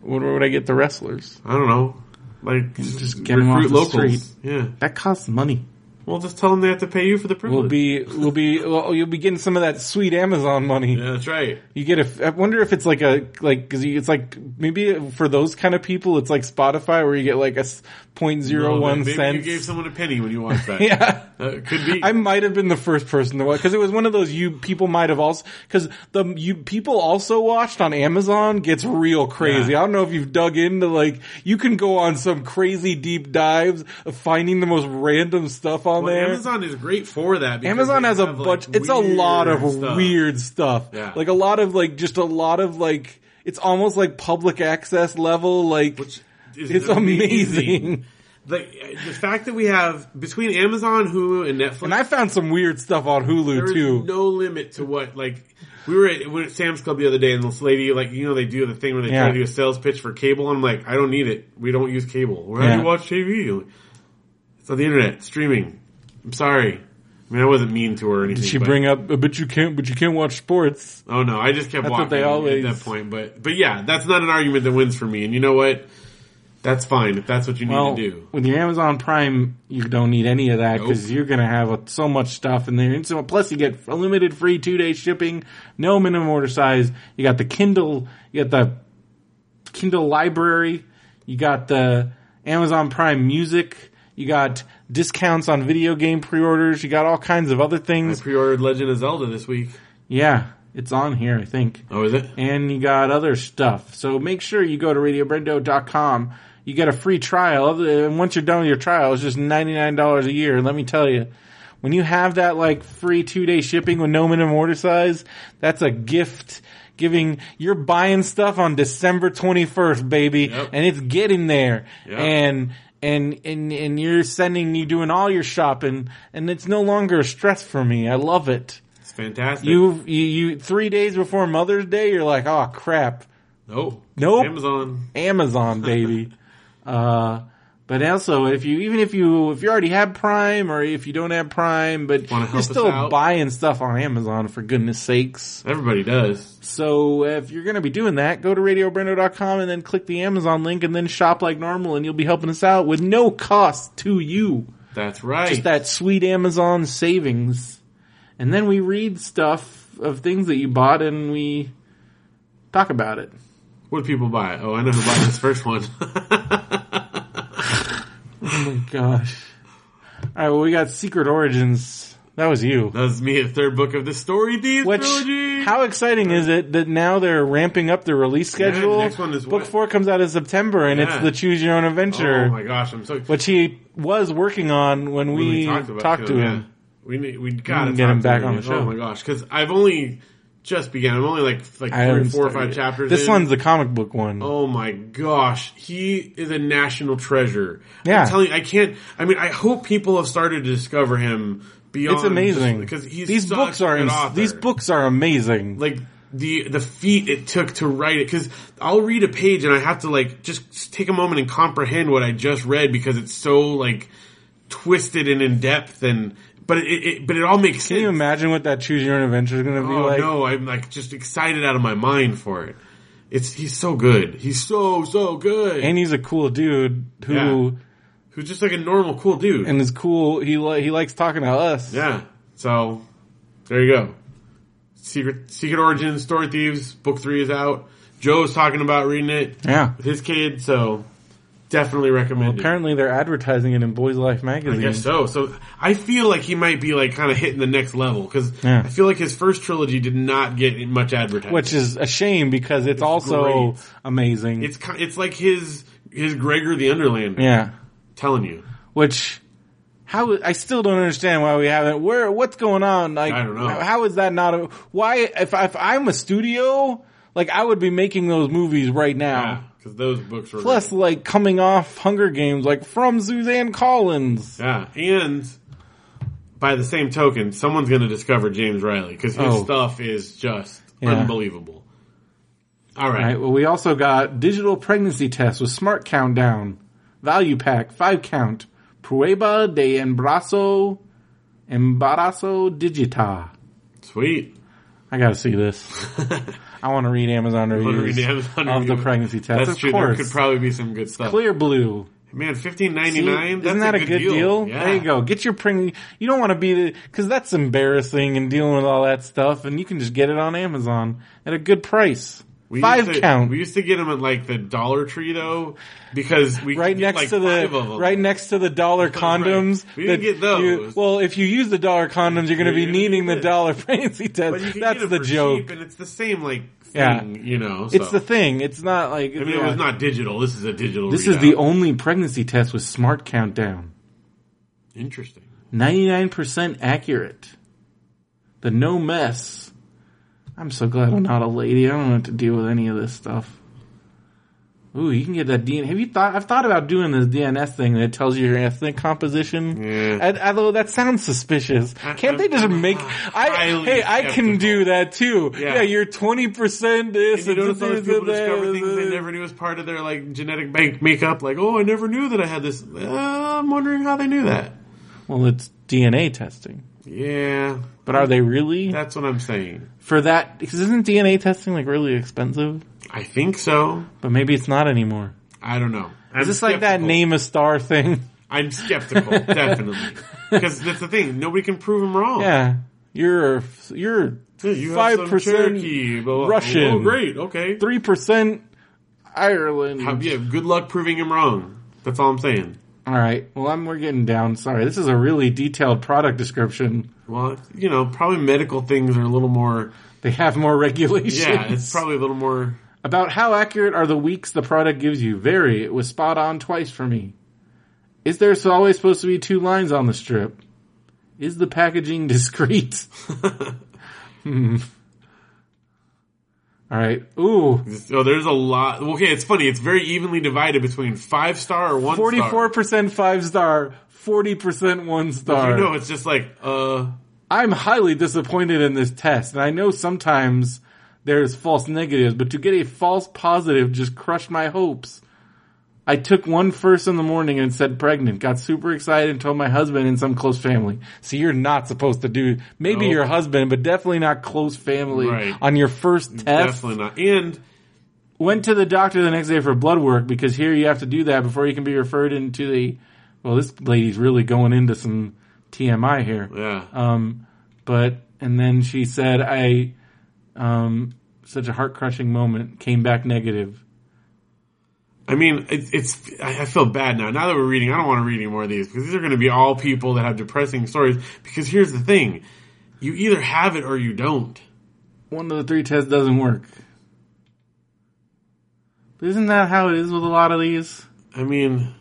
what, where would I get the wrestlers? I don't know. Like, just get 'em off the street. Yeah. That costs money. Well, just tell them they have to pay you for the privilege. We'll be, we'll be, well, you'll be getting some of that sweet Amazon money. yeah, that's right. You get a. I wonder if it's like a like because it's like maybe for those kind of people it's like Spotify where you get like a s- point zero one maybe you cents. gave someone a penny when you watched that. yeah, Uh, it could be. I might have been the first person to watch because it was one of those you people might have also because the you people also watched on Amazon gets real crazy. Yeah. I don't know if you've dug into like you can go on some crazy deep dives of finding the most random stuff on Well, there. Amazon is great for that. because Amazon they has a have, like, bunch. it's a lot of stuff. weird stuff. Yeah. Like a lot of like just a lot of like it's almost like public access level. Like Which is it's amazing. Like the fact that we have between Amazon, Hulu, and Netflix, And I found some weird stuff on Hulu there is too. no limit to what like. We were at, we were at Sam's Club the other day, and this lady, like, you know, they do the thing where they try Yeah. to do a sales pitch for cable. And I'm like, I don't need it. We don't use cable. Where do Yeah. you watch TV? It's on the internet, streaming. I'm sorry. I mean, I wasn't mean to her or anything. Did she but- bring up? "Uh, But you can't. But you can't watch sports. Oh no, I just kept That's walking what they always- at that point. But but yeah, that's not an argument that wins for me. And you know what? That's fine if that's what you need Well, to do. with your Amazon Prime, you don't need any of that Nope. because you're going to have uh, so much stuff in there. And so, plus, you get unlimited free two day shipping, no minimum order size. You got the Kindle, you got the Kindle library, you got the Amazon Prime music, you got discounts on video game pre orders, you got all kinds of other I things. pre-ordered Legend of Zelda this week. Yeah, it's on here, I think. Oh, is it? and you got other stuff. So make sure you go to radiobrendo.com. You get a free trial, and once you're done with your trial, it's just $99 a year. Let me tell you, when you have that like free two day shipping with no minimum order size, that's a gift giving, you're buying stuff on December 21st, baby, Yep. and it's getting there. Yep. And, and, and, and you're sending, you doing all your shopping, and it's no longer a stress for me. I love it. It's fantastic. You, you, you, three days before Mother's Day, you're like, oh crap, no, Nope. Oh, Amazon. Amazon, baby. uh, but also, if you, even if you, if you already have Prime or if you don't have Prime, but Wanna help you're us still out? buying stuff on Amazon for goodness sakes. Everybody does. So if you're going to be doing that, go to radiobrando.com and then click the Amazon link and then shop like normal and you'll be helping us out with no cost to you That's right. just that sweet Amazon savings. And then we read stuff of things that you bought and we talk about it. what do people buy? Oh, I know who bought this first one. Gosh. All right, well, we got Secret Origins. That was you. that was me. The third book of the Story Thieves Which, trilogy. how exciting is it that now they're ramping up the release the schedule? next one is Book what? 4 comes out in September and it's Yeah. the Choose Your Own Adventure, Oh my gosh, I'm so. which he was working on when when we, about talked to yeah. him. We need, we gotta need to get talk him to back on the show. Oh my gosh, because I've only just began. I'm only like like I three, haven't four or started five it. chapters. This in. one's the comic book one. Oh my gosh, he is a national treasure. Yeah. I'm telling you, I can't. I mean, I hope people have started to discover him beyond. it's amazing because he's these such books are an ins- author. these books are amazing. like the the feat it took to write it because I'll read a page and I have to like just take a moment and comprehend what I just read because it's so like twisted and in depth and but it, it but it all makes Can you sense. imagine what that Choose Your Own Adventure is going to be Oh like? no, I'm like just excited out of my mind for it. It's he's so good. He's so so good. And he's a cool dude who Who's just like a normal cool dude. and is cool. He li- he likes talking to us. yeah. So there you go. Secret Secret Origins, Story Thieves, book three is out. Joe's talking about reading it. Yeah. with his kid, so definitely recommend it. Apparently, they're advertising it in Boys Life I magazine. guess so. So I feel like he might be like kind of hitting the next level because Yeah. I feel like his first trilogy did not get much advertising. Which is a shame because it's, also great. amazing. it's ki- it's like his his Gregor the Underlander. yeah. telling you, Which how I still don't understand why we haven't. Where what's going on? Like I don't know. How is that not? A, why if if I'm a studio, like I would be making those movies right now. because those books were Plus, like coming off Hunger Games, like from Suzanne Collins. yeah, and. By the same token, someone's going to discover James Riley because his Oh. stuff is just Yeah. unbelievable. All right. All right. Well, we also got digital pregnancy test with smart countdown, value pack, five count, prueba de embarazo, embarazo digita. sweet. I gotta see this. I want to read Amazon Wanna read reviews the Amazon of the review? pregnancy test. That's of true. course, There could probably be some good stuff. clear blue. Man, See, 15.99. Isn't that a good, deal? Yeah. There you go. Get your pregnancy. You don't want to be the because that's embarrassing and dealing with all that stuff, and you can just get it on Amazon at a good price. We Five used to, count, We used to get them at like the Dollar Tree though, because we could right get, next to like, five of the 'em. right next to the dollar condoms. We didn't that get those. you- well, if you use the dollar condoms, you're going to be You're gonna needing need the it. dollar pregnancy But you test. could That's get 'em the for joke. cheap, and it's the same like thing, Yeah. you know. It's so. the thing. It's not like I mean, it yeah. was not digital. This is a digital. This is the readout. only pregnancy test with smart countdown. interesting. 99% accurate. The no mess. I'm so glad I'm not a lady. I don't have to deal with any of this stuff. Ooh, you can get that DN. Have you thought? I've thought about doing this DNS thing that tells you your ethnic composition. Yeah. And- although that sounds suspicious. Can't they just make? I Highly hey, I can skeptical. do that too. Yeah. Yeah, you're twenty percent this. If you and notice all these this people and that. discover things they never knew as part of their like genetic bank makeup, like, oh, I never knew that I had this. Uh, I'm wondering how they knew that. Well, it's DNA testing. Yeah, But are they really that's what I'm saying. for that? Because isn't DNA testing like really expensive? I think so. But maybe it's not anymore. I don't know. I'm Is this like that skeptical. name a star thing? I'm skeptical, definitely, because that's the thing. Nobody can prove him wrong. Yeah, you're you're You have some 5% Cherokee, blah, blah. Russian. Oh, great. Okay. three percent Ireland. How- yeah, good luck proving him wrong. That's all I'm saying. All right. Well, I'm we're getting down. Sorry, this is a really detailed product description. Well, you know, probably medical things are a little more. They have more regulations. Yeah, it's probably a little more. about how accurate are the weeks the product gives you. Very. It was spot on twice for me. Is there so always supposed to be two lines on the strip? Is the packaging discreet? hmm. All right. Ooh. So Oh, there's a lot. Okay, it's funny. It's very evenly divided between five star or one Forty-four star. percent five star, forty percent one star. You know, it's just like, uh, I'm highly disappointed in this test, and I know sometimes there's false negatives, but to get a false positive just crushed my hopes. I took one first in the morning and said pregnant, got super excited and told my husband and some close family. So you're not supposed to do, maybe Nope. your husband, but definitely not close family Right. on your first test. definitely not. And Went to the doctor the next day for blood work because here you have to do that before you can be referred into the, well, this lady's really going into some TMI here yeah, um, but and then she said i um, such a heart-crushing moment came back negative I mean, it, it's. I I feel bad now. Now that we're reading, I don't want to read any more of these because these are going to be all people that have depressing stories. Because here's the thing: you either have it or you don't. one of the three tests doesn't work But isn't that how it is with a lot of these I mean,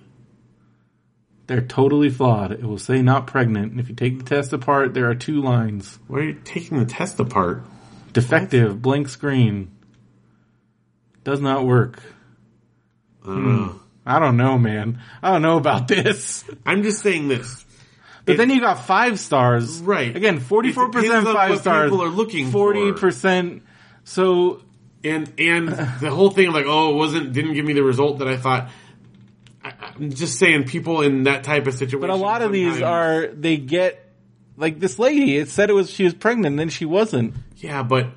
they're totally flawed it will say not pregnant and if you take the test apart there are two lines why are you taking the test apart? defective blank screen does not work I don't Hmm. know. i don't know man i don't know about this I'm just saying this. But It- then you got five stars. Right. Again, forty-four It percent depends on five what stars. people are looking for. forty percent. So and and the whole thing like oh it wasn't didn't give me the result that I thought. I, I'm just saying people in that type of situation. but a lot of these sometimes- are they get like this lady. It said it was she was pregnant, then she wasn't. yeah, but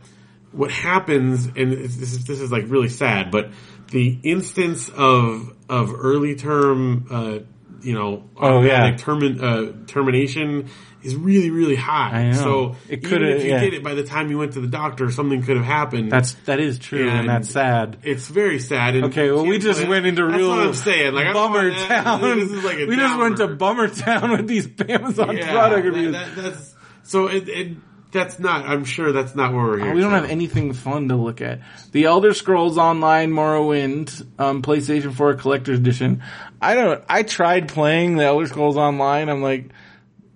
what happens and this is this is like really sad, but the instance of of early term uh, you know Oh, yeah. automatic termin, uh, termination is really really high. I know. So It even coulda- if you yeah. did it by the time you went to the doctor, something could have happened. That's that is true, and, And- that's sad. It's very sad. And Okay, well, we just went into That's real what I'm saying. Like, I'm- bummer uh, town. This is like a we just went to downer. bummer town with these Amazon Yeah, product that- reviews. that- that's, so it, it, that's not. I'm sure that's not where we're here. Oh, we don't so. have anything fun to look at. The Elder Scrolls Online Morrowind, um, PlayStation 4 Collector's Edition. I don't. I tried playing the Elder Scrolls Online. I'm like,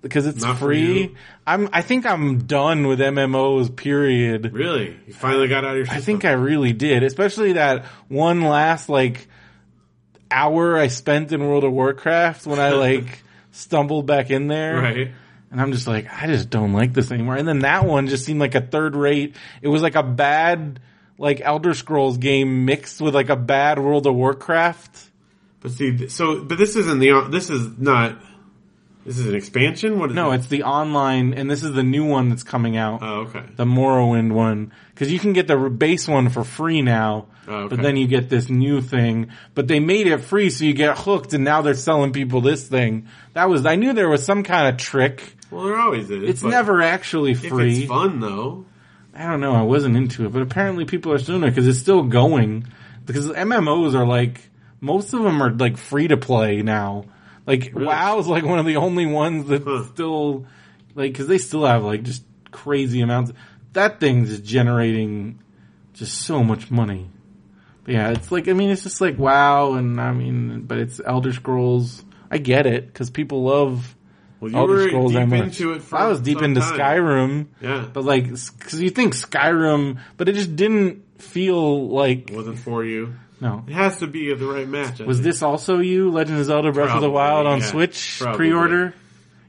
because it's Not for free. you. I'm. I think I'm done with MMOs. Period. Really, you finally got out of your. System. I think I really did, especially that one last like hour I spent in World of Warcraft when I like stumbled back in there. right. And I'm just like, I just don't like this anymore. And then that one just seemed like a third rate. It was like a bad, like Elder Scrolls game mixed with like a bad World of Warcraft. But see, th- so but this isn't the. This is not. This is an expansion. What is No, It? it's the online, and this is the new one that's coming out. Oh, okay. The Morrowind one. Cause you can get the base one for free now, Oh, okay. but then you get this new thing. But they made it free so you get hooked and now they're selling people this thing. That was, I knew there was some kind of trick. Well, there always is. It's but never actually If free. it's fun though, I don't know. I wasn't into it, but apparently people are still in it because it's still going. Because MMOs are like most of them are like free to play now. Like WoW's like one of the only ones that Huh. still like because they still have like just crazy amounts. That thing's just generating just so much money. But yeah, it's like I mean, it's just like WoW, and I mean, but it's Elder Scrolls. I get it because people love Well, you Elder were Scrolls. deep I'm like- into it for I was deep some into time. Skyrim. Yeah. but like, because you think Skyrim, but it just didn't feel like wasn't for you. no. It has to be the right match. I Was think. this also you, Legend of Zelda: Breath of the Probably, Wild on yeah. Switch Probably. pre-order?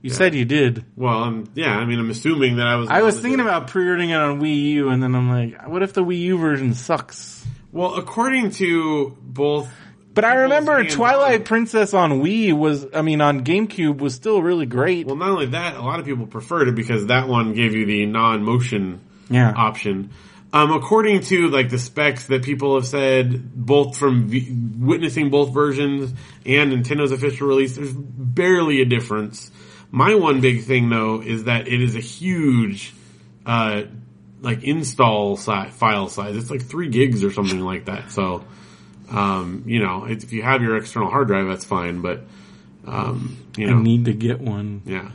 You said you did. Well, um, yeah. I mean, I'm assuming that I was. I was the- thinking about pre-ordering it on Wii U, and then I'm like, what if the Wii U version sucks? Well, according to both. But I remember hands Twilight on. Princess on Wii was, I mean, on GameCube was still really great. Well, not only that, a lot of people preferred it because that one gave you the non-motion yeah. option. Um, according to like the specs that people have said, both from v- witnessing both versions and Nintendo's official release, there's barely a difference. My one big thing though is that it is a huge, uh, like install si- file size. It's like three gigs or something like that. So, um, you know, it's, if you have your external hard drive, that's fine. But, um, you know, I need to get one. yeah.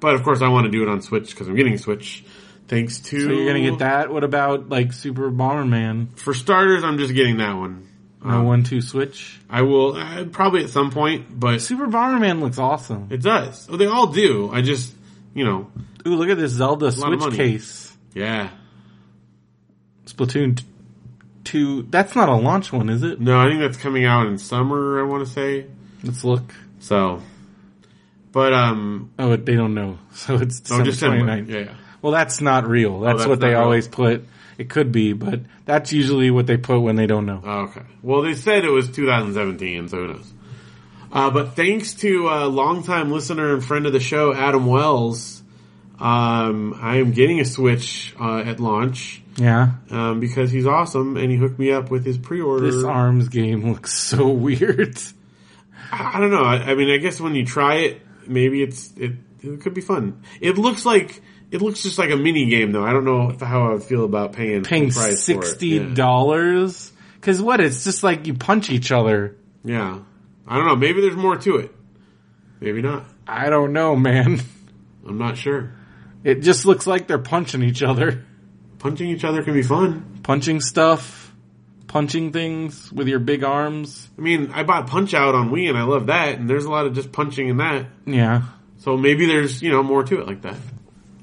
But of course, I want to do it on Switch because I'm getting a Switch. Thanks to So you're gonna get that? What about like Super Bomberman? For starters, I'm just getting that one. No one two switch. I will uh, probably at some point, but Super Bomberman looks awesome. it does. Oh, they all do. I just, you know, Ooh, look at this Zelda Switch money. case. yeah. Splatoon t- two. That's not a launch one, is it? No, I think that's coming out in summer. I want to say Let's look. so. But um, Oh, it- they don't know. So it's December no, December. 29th. Yeah, yeah. Well, that's not real. That's, Oh, that's what they not real. always put. It could be, but that's usually what they put when they don't know. Oh, okay. Well, they said it was 2017, so who knows? Uh, but thanks to uh, longtime listener and friend of the show, Adam Wells, um, I am getting a Switch uh, at launch yeah. um, because he's awesome and he hooked me up with his pre-order. This arms game looks so weird. I I don't know. I, I mean, I guess when you try it, maybe it's it, it could be fun. It looks like it looks just like a mini game, though. I don't know if, how I would feel about paying full Paying price for it. sixty Yeah. dollars. Cause what? It's just like you punch each other. yeah, I don't know. Maybe there's more to it. Maybe not. I don't know, man. I'm not sure. It just looks like they're punching each other. Punching each other can be fun. Punching stuff, punching things with your big arms. I mean, I bought Punch Out on Wii, and I love that. And there's a lot of just punching in that. Yeah. So maybe there's you know more to it like that.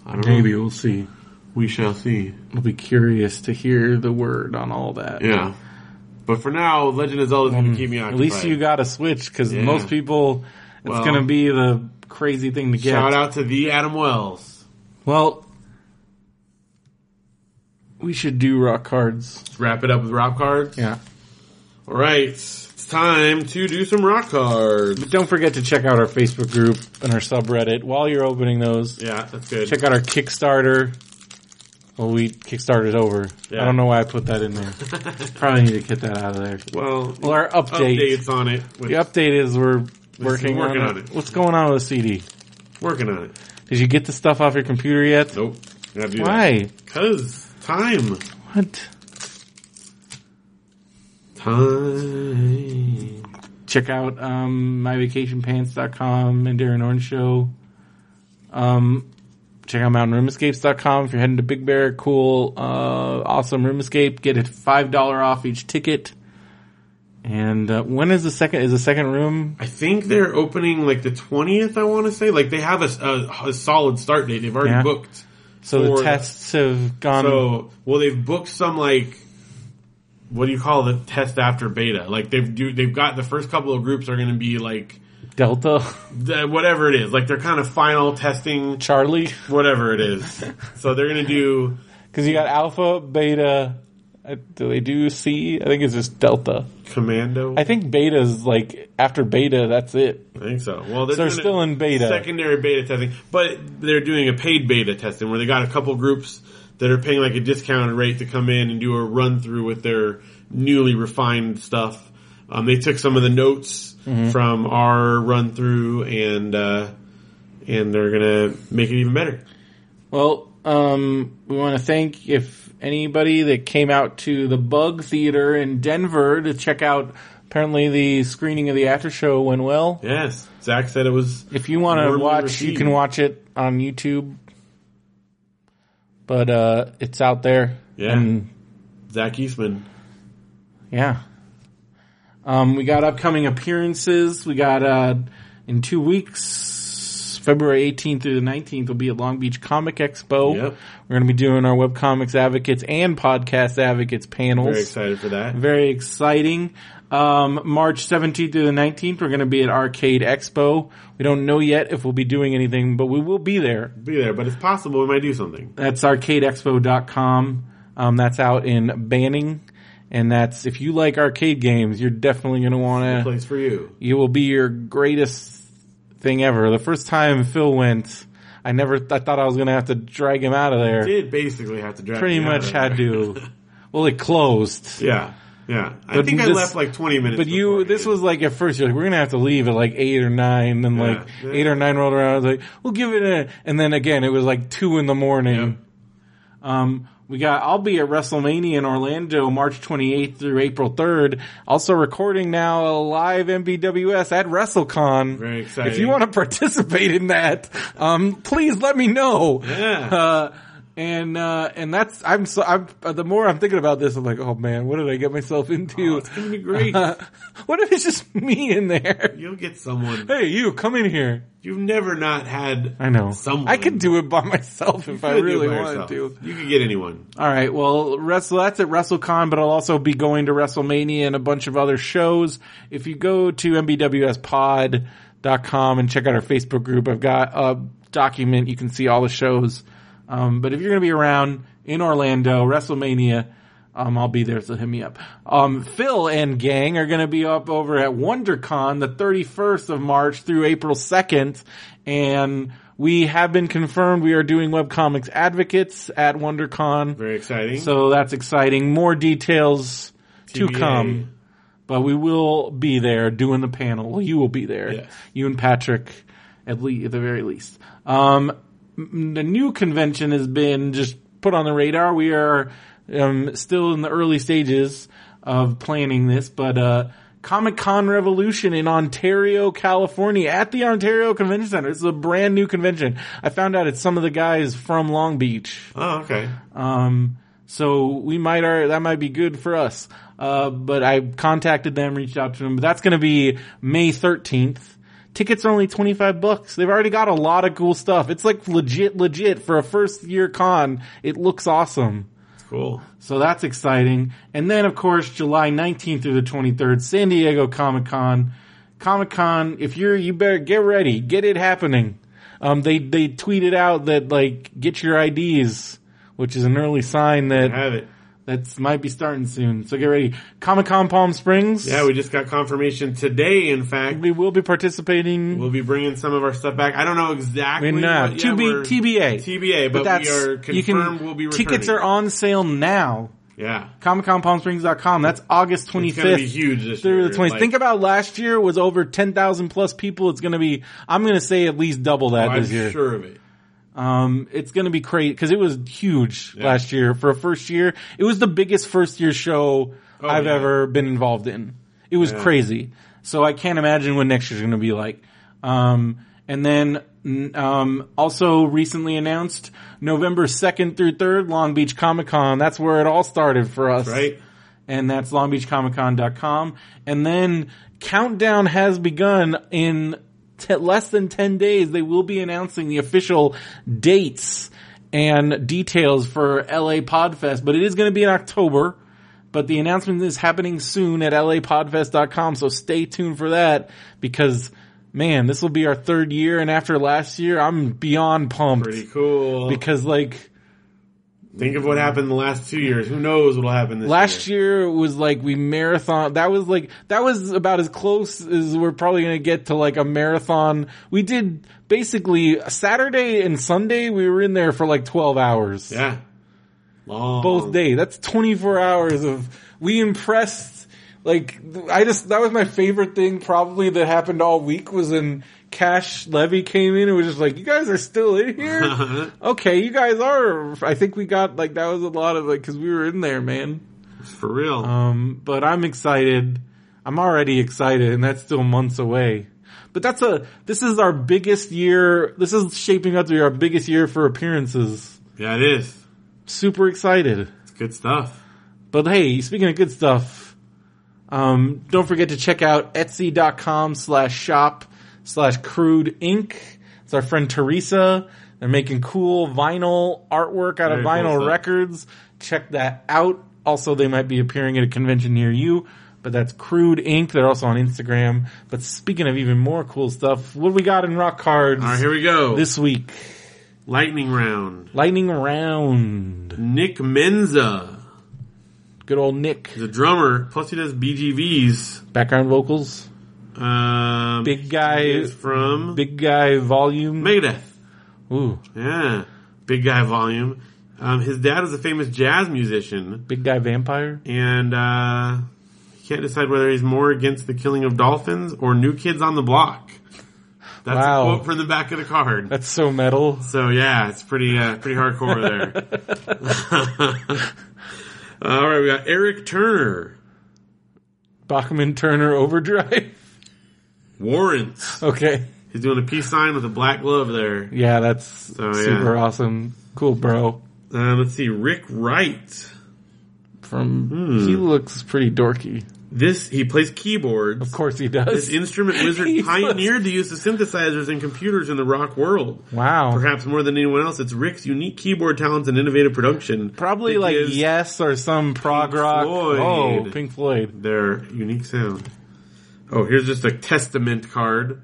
I don't know. Maybe we'll see. We shall see. I'll be curious to hear the word on all that. Mm. Yeah. But for now, Legend of Zelda's gonna keep me Hmm. At occupied. least you got a Switch because Yeah. most people, it's Well- going to be the crazy thing to get. Shout out to the Adam Wells. Well, we should do rock cards. wrap it up with rock cards. Yeah. All right, it's time to do some rock cards. But don't forget to check out our Facebook group and our subreddit while you're opening those. Yeah, that's good. check out our Kickstarter. Well, we Kickstarter's over. Yeah. I don't know why I put that in there. Probably need to get that out of there. well, Well, our update. updates on it. With, The update is we're working, working on, on it. it. What's going on with the CD? Working on it. Did you get the stuff off your computer yet? Nope. You have to do Why? Because time. What? Time. Check out um, myvacationpants.com and Darren Orange Show. Um, check out mountainroomescapes.com if you're heading to Big Bear. Cool, uh, awesome room escape. Get a five dollar off each ticket. And uh, when is the second? Is the second room I think they're opening like the twentieth. I want to say like they have a, s- a- a solid start date. They've already Yeah. booked. So the for- tests have gone. So well, they've booked some like what do you call the test after beta? Like they've do they've got the first couple of groups are going to be like Delta the- whatever it is, like they're kind of final testing, Charlie, whatever it is. So they're gonna do. because you got Alpha, Beta. uh, Do they do C? I think it's just Delta. Commando. I think Beta is like after Beta. That's it. I think so. Well, So they're doing still a in beta. secondary beta testing, but they're doing a paid beta testing where they got a couple groups that are paying like a discounted rate to come in and do a run through with their newly refined stuff. Um, they took some of the notes Mm-hmm. from our run through and uh, and they're gonna make it even better. Well, um, we want to thank if anybody that came out to the Bug Theater in Denver to check out. Apparently, the screening of the after show went well. Yes, Zach said it was. If you want to Warmly watch, you received. can watch it on YouTube. But uh, it's out there. Yeah. And Zach Eastman. Yeah. Um, we got upcoming appearances. We got uh, in two weeks February 18th through the 19th will be at Long Beach Comic Expo. Yep. We're going to be doing our webcomics advocates and podcast advocates panels. Very excited for that. Very exciting. Um, March 17th through the 19th, we're going to be at Arcade Expo. We don't know yet if we'll be doing anything, but we will be there. Be there, but it's possible we might do something. That's arcadeexpo.com. Um, that's out in Banning. And that's, if you like arcade games, you're definitely going to want to, Place for you. it will be your greatest thing ever. The first time Phil went, I never, I thought I was going to have to drag him out of there. Did basically have to drag. Pretty me out much of had there. to. Well, it closed. Yeah, yeah. I But think I this- left like twenty minutes. But you, beforehand. this was like at first you're like, we're gonna have to leave at like eight or nine, and like yeah. eight or nine rolled around. I was like, we'll give it a, and then again it was like two in the morning. Um, we got, I'll be at WrestleMania in Orlando, March 28th through April 3rd. Also recording now a live MBWS at WrestleCon. Very If you exciting. want to participate in that, um, please let me know. Yeah. Uh, and uh, and that's I'm so I'm uh, the more I'm thinking about this I'm like oh man what did I get myself into Oh, it's gonna be great. what if it's just me in there? You'll get someone. Hey, you, come in here. You've never not had. I know. Someone. I could do it by myself if You I could do it really by wanted yourself. to. You could get anyone. All right. Well, wrestle, that's at WrestleCon, but I'll also be going to WrestleMania and a bunch of other shows. If you go to mbwspod.com and check out our Facebook group, I've got a document. You can see all the shows. Um, but if you're going to be around in Orlando, WrestleMania, um, I'll be there, so hit me up. Um, Phil and gang are going to be up over at WonderCon the 31st of March through April 2nd. And we have been confirmed we are doing webcomics advocates at WonderCon. Very exciting. So that's exciting. More details to TBA. come. But we will be there doing the panel. Well, you will be there. Yes. You and Patrick, at least at the very least. Um, m- the new convention has been just put on the radar. We are um, still in the early stages of planning this, but uh, Comic Con Revolution in Ontario, California, at the Ontario Convention Center. It's a brand new convention. I found out it's some of the guys from Long Beach. oh, okay. Um, so we might are that might be good for us. Uh, but I contacted them, reached out to them. But that's going to be May thirteenth. Tickets are only twenty five bucks. They've already got a lot of cool stuff. It's like legit, legit for a first year con. It looks awesome. Cool. So that's exciting. And then, of course, July 19th through the 23rd, San Diego Comic Con. Comic Con, if you're, you better get ready. Get it happening. Um, they, they tweeted out that, like, get your IDs, which is an early sign that Have it. that's might be starting soon. So get ready. Comic Con Palm Springs. Yeah, we just got confirmation today. In fact, we will be participating. we'll be bringing some of our stuff back. I don't know exactly. in uh, but yeah, to be we're- TBA. TBA, but, we are confirmed. you can- we'll be returning. tickets are on sale now. Yeah, ComicConPalmSprings.com. That's August 25th. it's gonna be huge this through year. the 20s. Like, Think about last year was over 10,000 plus people. It's going to be, I'm going to say at least double that I'm this year. sure of it. Um, it's going to be crazy because it was huge last year for a first year. It was the biggest first year show I've Oh, yeah. ever been involved in. It was crazy. So I can't imagine what next year's going to be like. Um, and then, n- um, also recently announced November 2nd through 3rd, Long Beach Comic Con. That's where it all started for us Right? and that's longbeachcomiccon.com. And then countdown has begun in te- less than 10 days. They will be announcing the official dates and details for LA Podfest, but it is going to be in October. But the announcement is happening soon at lapodfest.com, so stay tuned for that because man, this will be our third year and after last year, I'm beyond pumped Pretty cool. because like Think of what happened the last two years. Who knows what'll happen this Last year was like we marathon. That was like that was about as close as we're probably gonna get to like a marathon. We did basically Saturday and Sunday. We were in there for like twelve hours Yeah. Long. both day. That's twenty four hours of we impressed. Like I just that was my favorite thing probably that happened all week was when Cash Levy came in and was just like, "You guys are still in here? okay, you guys are." I think we got like that was a lot of like because we were in there, man. For real. Um, but I'm excited. I'm already excited, and that's still months away. But that's a this is our biggest year. This is shaping up to be our biggest year for appearances. yeah, it is. Super excited. It's good stuff. But hey, speaking of good stuff, um, don't forget to check out Etsy.com slash shop slash crude inc. It's our friend Teresa. They're making cool vinyl artwork out Very of cool vinyl stuff. records. Check that out. Also, they might be appearing at a convention near you, but that's Crude Inc. They're also on Instagram. But speaking of even more cool stuff, what do we got in rock cards All right, here we go. This this week? lightning round. Lightning round. Nick Menza, Good old Nick. the drummer. Plus, he does BGVs. Background vocals. Um, Big guy- he is from Big guy volume. Megadeth. Ooh, Yeah, big guy volume. Um, his dad was a famous jazz musician, big guy vampire. and uh, he can't decide whether he's more against the killing of dolphins or New Kids on the Block. That's Wow. a quote from the back of the card. That's so metal. So yeah, it's pretty uh, pretty hardcore there. All right, we got Eric Turner, Bachman Turner Overdrive. Warrants. Okay. He's doing a peace sign with a black glove there. Yeah, that's Oh, yeah. super awesome. Cool, bro. Uh, let's see, Rick Wright. From Hmm. he looks pretty dorky. This he plays Of keyboards. course he This does. instrument wizard He pioneered the use of synthesizers and computers in the rock world. wow. Perhaps more than anyone else, it's Rick's unique keyboard talents and innovative production. Probably that like gives yes or some prog rock. Floyd. Oh, Pink Floyd. their unique sound. Oh, here's just a testament card.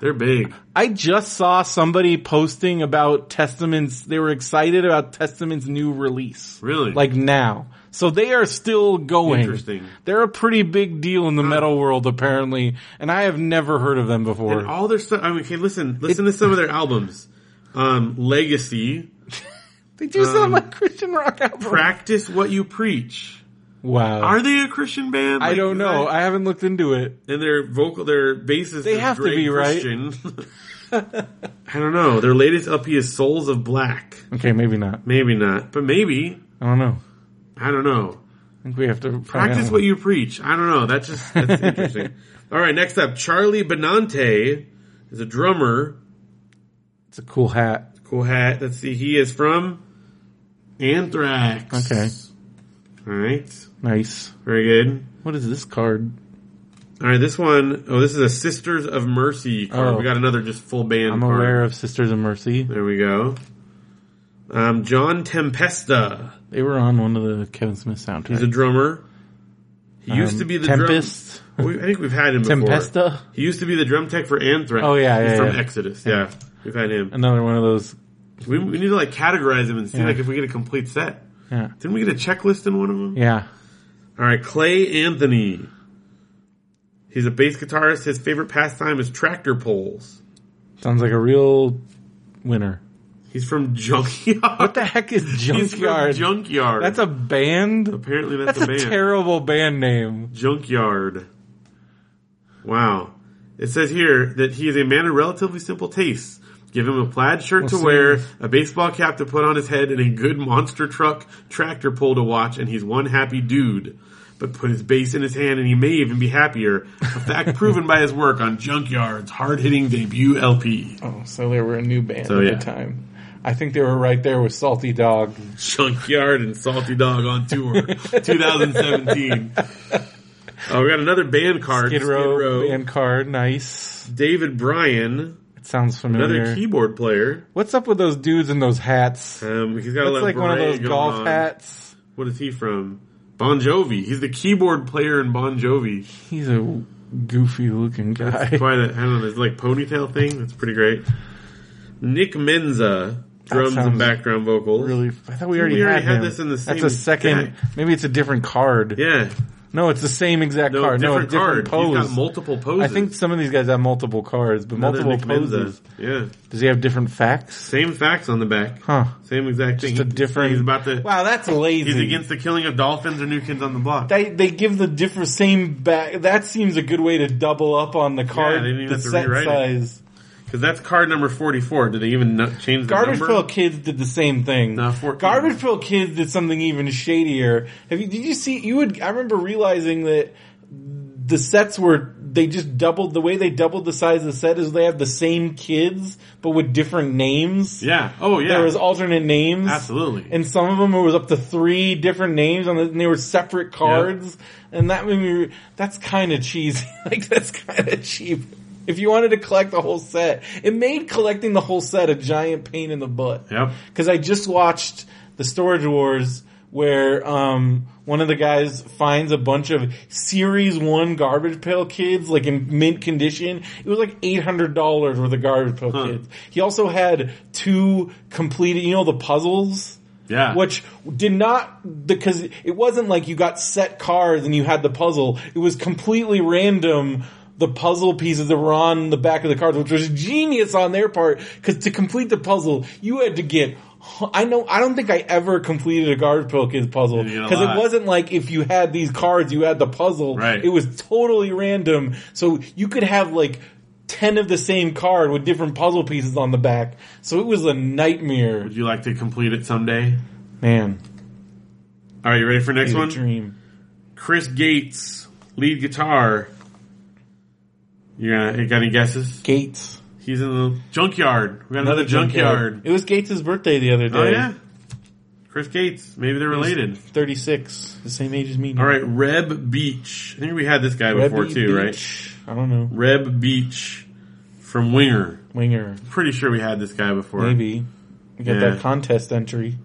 They're big. I just saw somebody posting about Testament's. They were excited about Testament's new release. Really? Like now. So they are still going. Interesting. They're a pretty big deal Uh-huh. in the metal world apparently, and I have never heard of them before. And all their stuff. I mean, okay, listen, listen to some of their albums. Um, Legacy, they do sound like Christian rock albums. Practice What You Preach. wow. Are they a Christian band? I Like, don't know. I- I haven't looked into it. and their vocal, their bassist, They is have to Greg be, right? Christian. I don't know. Their latest LP is Souls of Black. Okay, maybe not. Maybe not, but maybe. I don't know. I don't know. I think we have to find Practice out. what you preach. I don't know. That's just that's interesting. All right, next up, Charlie Benante is a drummer. It's a cool hat. Cool hat. Let's see. He is from Anthrax. Okay. All right. Nice. Very good. What is this card? All right. This one oh this is a Sisters of Mercy card. Oh. We got another just full band. I'm card. aware of Sisters of Mercy. There we go. Um, John Tempesta. They were on one of the Kevin Smith soundtracks. He's a drummer. He used Um, to be the Tempest. Drum, we- I think we've had him before. Tempesta. He used to be the drum tech for Anthrax. Oh, yeah, He's yeah, from yeah. Exodus. Yeah, we've had him. Another one of those. We, we need to like categorize him and see Yeah. like if we get a complete set. Yeah. Didn't we get a checklist in one of them? Yeah. All right, Clay Anthony. He's a bass guitarist. His favorite pastime is tractor pulls. Sounds like a real winner. He's from Junkyard. What the heck is He's Junkyard? from Junkyard. That's a band? apparently that's, That's a band. terrible band name. Junkyard. Wow. It says here that he is a man of relatively simple tastes. Give him a plaid shirt to see. wear, a baseball cap to put on his head, and a good monster truck tractor pull to watch, and he's one happy dude. But put his bass in his hand and he may even be happier. A fact proven by his work on Junkyard's hard hitting debut LP. Oh, so they were a new band So, at yeah. the time. I think they were right there with Salty Dog. Junkyard and Salty Dog on tour, 2017. Oh, we got another band card. Skid Row, band card. Nice. David Bryan. It sounds familiar. Another keyboard player. What's up with those dudes in those hats? Um, he's got a That's lot like one of beret those going golf on. hats. What is he from? Bon Jovi. He's the keyboard player in Bon Jovi. He's a goofy looking guy. Quite a, I don't know, there's like ponytail thing. That's pretty great. Nick Menza, drums and sounds background vocals. Really, I thought we already, already had, had him. this in the That's same a second. deck. Maybe it's a different card. Yeah. No, it's the same exact No, card. No, a different different card. He's pose. got multiple poses. I think some of these guys have multiple cards, but Another multiple Nick Menza. poses. Yeah. Does he have different facts? Same facts on the back. Huh. Same exact thing. Just a He- different. He's about to. Wow, that's lazy. He's against the killing of dolphins or new kids on the block. They, they give the different same back. That seems a good way to double up on the card. they didn't even the have to set rewrite it. size. Because that's card number 44. Did they even no- change the Garbage number? Pail Kids did the same thing. No, 14. Garbage Pail Kids did something even shadier. Have you? Did you see? You would. I remember realizing that the sets were they just doubled the way they doubled the size of the set is they have the same kids but with different names. Yeah. Oh, yeah. There was alternate names. Absolutely. And some of them it was up to three different names on the, and they were separate cards. And that made me, re- that's kind of cheesy. like that's kind of cheap. If you wanted to collect the whole set, it made collecting the whole set a giant pain in the butt. Yep. Because I just watched the Storage Wars where um, one of the guys finds a bunch of Series 1 Garbage Pail Kids, like in mint condition. It was like $800 worth of Garbage Pail Kids. He also had two completed, you know, the puzzles? Yeah. Which did not, because it wasn't like you got set cards and you had the puzzle. It was completely random, the puzzle pieces that were on the back of the cards, which was genius on their part, because to complete the puzzle, you had to get hu- I know. I don't think I ever completed a garbage Pail Kids puzzle You get a because lot. it wasn't like if you had these cards, you had the puzzle. Right. It was totally random, so you could have like ten of the same card with different puzzle pieces on the back. So it was a nightmare, Would you like to complete it someday? man. All right, you ready for next It's a one? dream. Chris Gates, lead guitar. You gonna, you got any guesses? Gates. He's in the junkyard. We got another, junkyard. It was Gates' birthday the other day. Oh yeah, Chris Gates. Maybe they're related. Thirty-six, the same age as me. now. All right, Reb Beach. I think we had this guy before Rebby too, right? Beach. I don't know. Reb Beach from Winger. Winger. Pretty sure we had this guy before. Maybe. We got Yeah. that contest entry.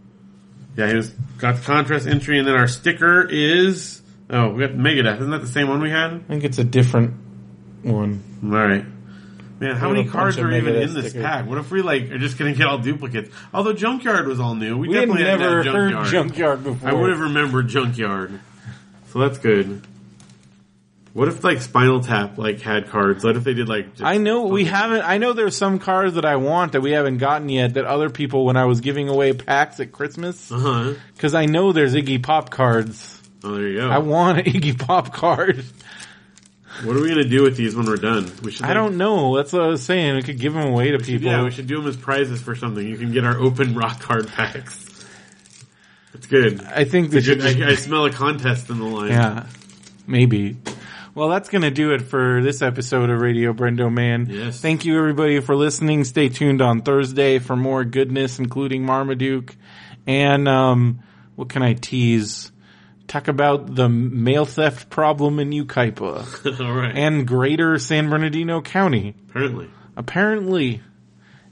Yeah, he was got the contrast entry, and then our sticker is oh, we got Megadeth. Isn't that the same one we had? I think it's a different one. All right. Man, how We many have a cards bunch are of even Megadeth in this stickers. pack? What if we like are just gonna get all duplicates? Although Junkyard was all new, we, We had definitely had never that heard Junkyard. junkyard before. I would have remembered Junkyard, so that's good. What if like Spinal Tap like had cards? What if they did like? Just, I know we haven't. I know there's some cards that I want that we haven't gotten yet. That other people, when I was giving away packs at Christmas, Uh huh. because I know there's Iggy Pop cards. Oh, there you go. I want an Iggy Pop card. what are we gonna do with these when we're done? We should. I like, don't know. That's what I was saying. We could give them away to people. Yeah, we should do them as prizes for something. You can get our open rock card packs. It's good. I think they should. Good. just- I, I smell a contest in the line. Yeah, maybe. Well, that's going to do it for this episode of Radio Brendo Man. Yes. Thank you everybody for listening. Stay tuned on Thursday for more goodness, including Marmaduke. And, um, what can I tease? Talk about the mail theft problem in Ukaipa All right. and greater San Bernardino County, Apparently. apparently.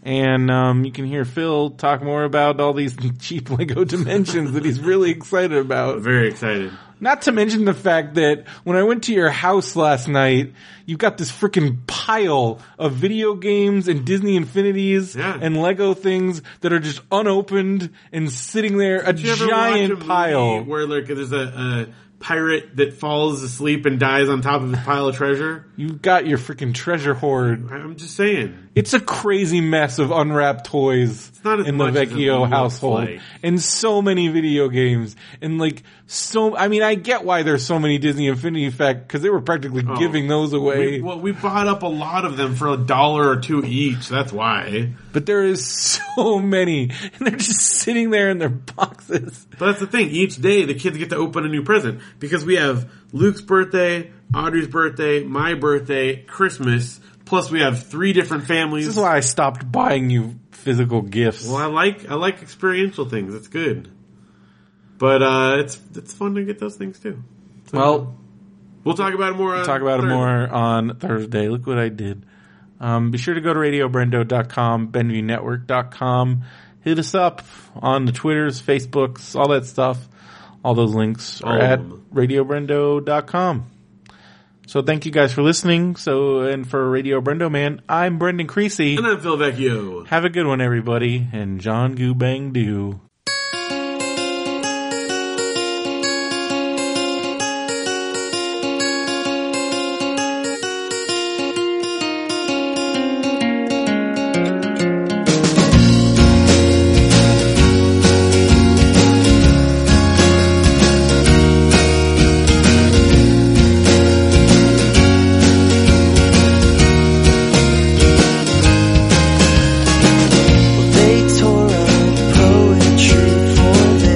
And, um, you can hear Phil talk more about all these cheap Lego dimensions that he's really excited about. Very excited. Not to mention the fact that when I went to your house last night, you got this freaking pile of video games and Disney Infinities Yeah. and Lego things that are just unopened and sitting there, a Did you ever watch a giant movie pile. where like there's a, a pirate that falls asleep and dies on top of his pile of treasure? you got your freaking treasure hoard. I'm just saying. It's a crazy mess of unwrapped toys not as in the much as it Vecchio looks household. like. And so many video games. And like, so, I mean, I get why there's so many Disney Infinity Fact, cause they were practically giving those away. Oh. We, well, we bought up a lot of them for a dollar or two each. That's why. But there is so many, and they're just sitting there in their boxes. But that's the thing. Each day, the kids get to open a new present because we have Luke's birthday, Audrey's birthday, my birthday, Christmas. Plus, we have three different families. This is why I stopped buying you physical gifts. well, I like I like experiential things. It's good, but uh, it's it's fun to get those things too. Well, We'll talk about it more. uh, on talk about it Thursday. more on Thursday. Look what I did. Um, be sure to go to radiobrendo.com, benviewnetwork.com. Hit us up on the Twitters, Facebooks, all that stuff. All those links are All of at them. radiobrendo.com. So thank you guys for listening. So, and for Radio Brendo Man, I'm Brendan Creasy. And I'm Phil Vecchio. Have a good one, everybody, and John Goo Bang Doo. They tore up poetry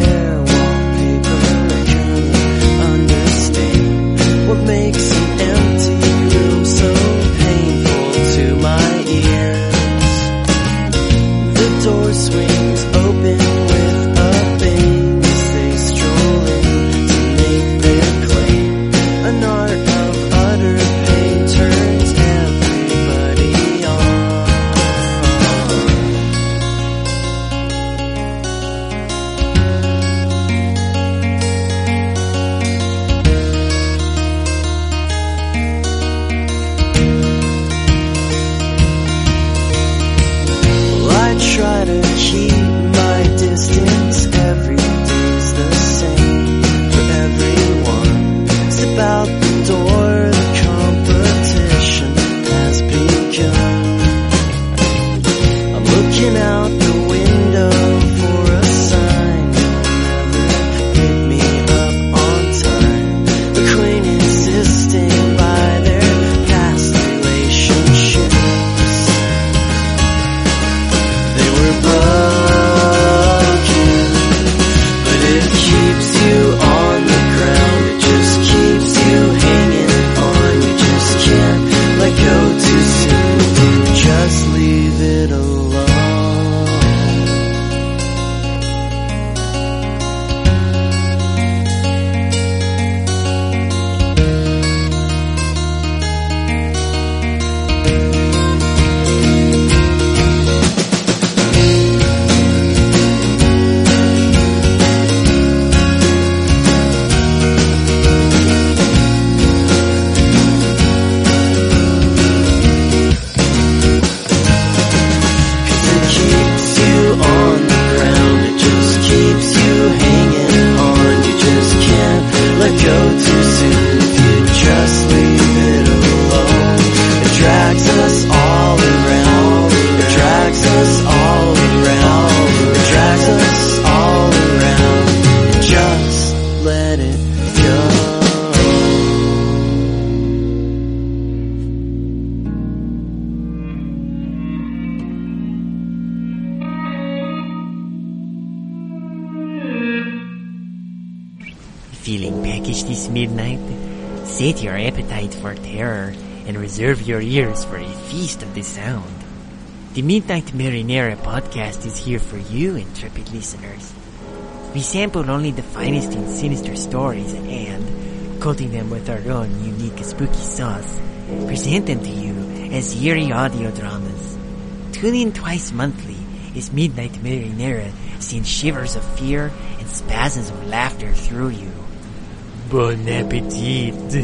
Feeling peckish this midnight? Sate your appetite for terror and reserve your ears for a feast of the sound. The Midnight Marinera podcast is here for you, intrepid listeners. We sample only the finest and sinister stories and, coating them with our own unique spooky sauce, present them to you as eerie audio dramas. Tune in twice monthly as Midnight Marinera sends shivers of fear and spasms of laughter through you. Bon appetit!